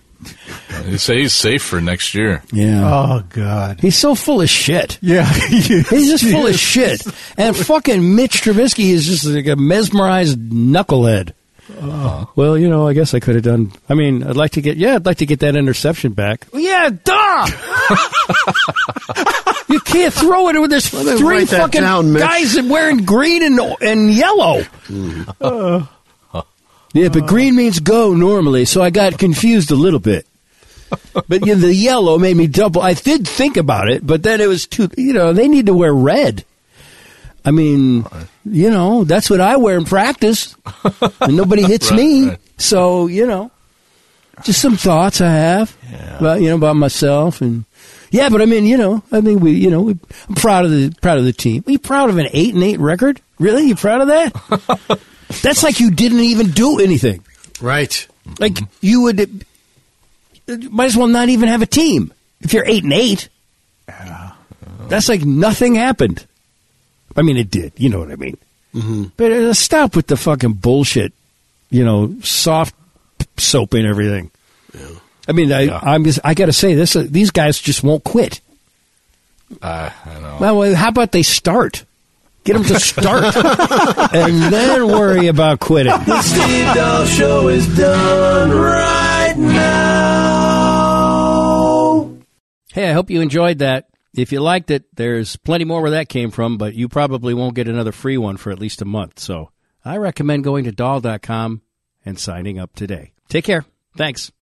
Speaker 4: They say he's safe for next year.
Speaker 1: Yeah,
Speaker 3: Oh, God.
Speaker 1: he's so full of shit.
Speaker 3: Yeah. <laughs>
Speaker 1: <laughs> He's just full of shit. And fucking Mitch Trubisky is just like a mesmerized knucklehead. Uh-huh. Well, you know, I guess I could have done. I mean, I'd like to get. Yeah, I'd like to get that interception back. Yeah, <laughs> duh. you can't throw it with this
Speaker 2: me
Speaker 1: three
Speaker 2: write that
Speaker 1: fucking
Speaker 2: down, Mitch.
Speaker 1: guys wearing green and and yellow. Mm-hmm. yeah, but green means go normally, so I got confused a little bit. But you know, the yellow made me double. I did think about it, but then it was too. You know, they need to wear red. I mean, you know, that's what I wear in practice, and nobody
Speaker 4: <laughs>
Speaker 1: hits me.
Speaker 4: right.
Speaker 1: So you know, just some thoughts I have about you know about myself and yeah. But I mean, you know, I mean, we you know, we, I'm proud of the proud of the team. Are you proud of an eight and eight record? Really, you proud of that?
Speaker 4: <laughs>
Speaker 1: that's like you didn't even do anything.
Speaker 2: Right.
Speaker 1: Like you would you might as well not even have a team if you're eight and eight. That's like nothing happened. I mean, it did. You know what I mean.
Speaker 4: Mm-hmm.
Speaker 1: But uh, stop with the fucking bullshit. You know, soft soap and everything. I mean, I, I'm just, I got to say this: uh, these guys just won't quit.
Speaker 4: I, I know.
Speaker 1: Well, how about they start? Get them to
Speaker 4: <laughs>
Speaker 1: start, and then worry about quitting.
Speaker 11: The Steve Dahl Show is done right now.
Speaker 1: Hey, I hope you enjoyed that. If you liked it, there's plenty more where that came from, but you probably won't get another free one for at least a month. So I recommend going to doll.com and signing up today. Take care. Thanks.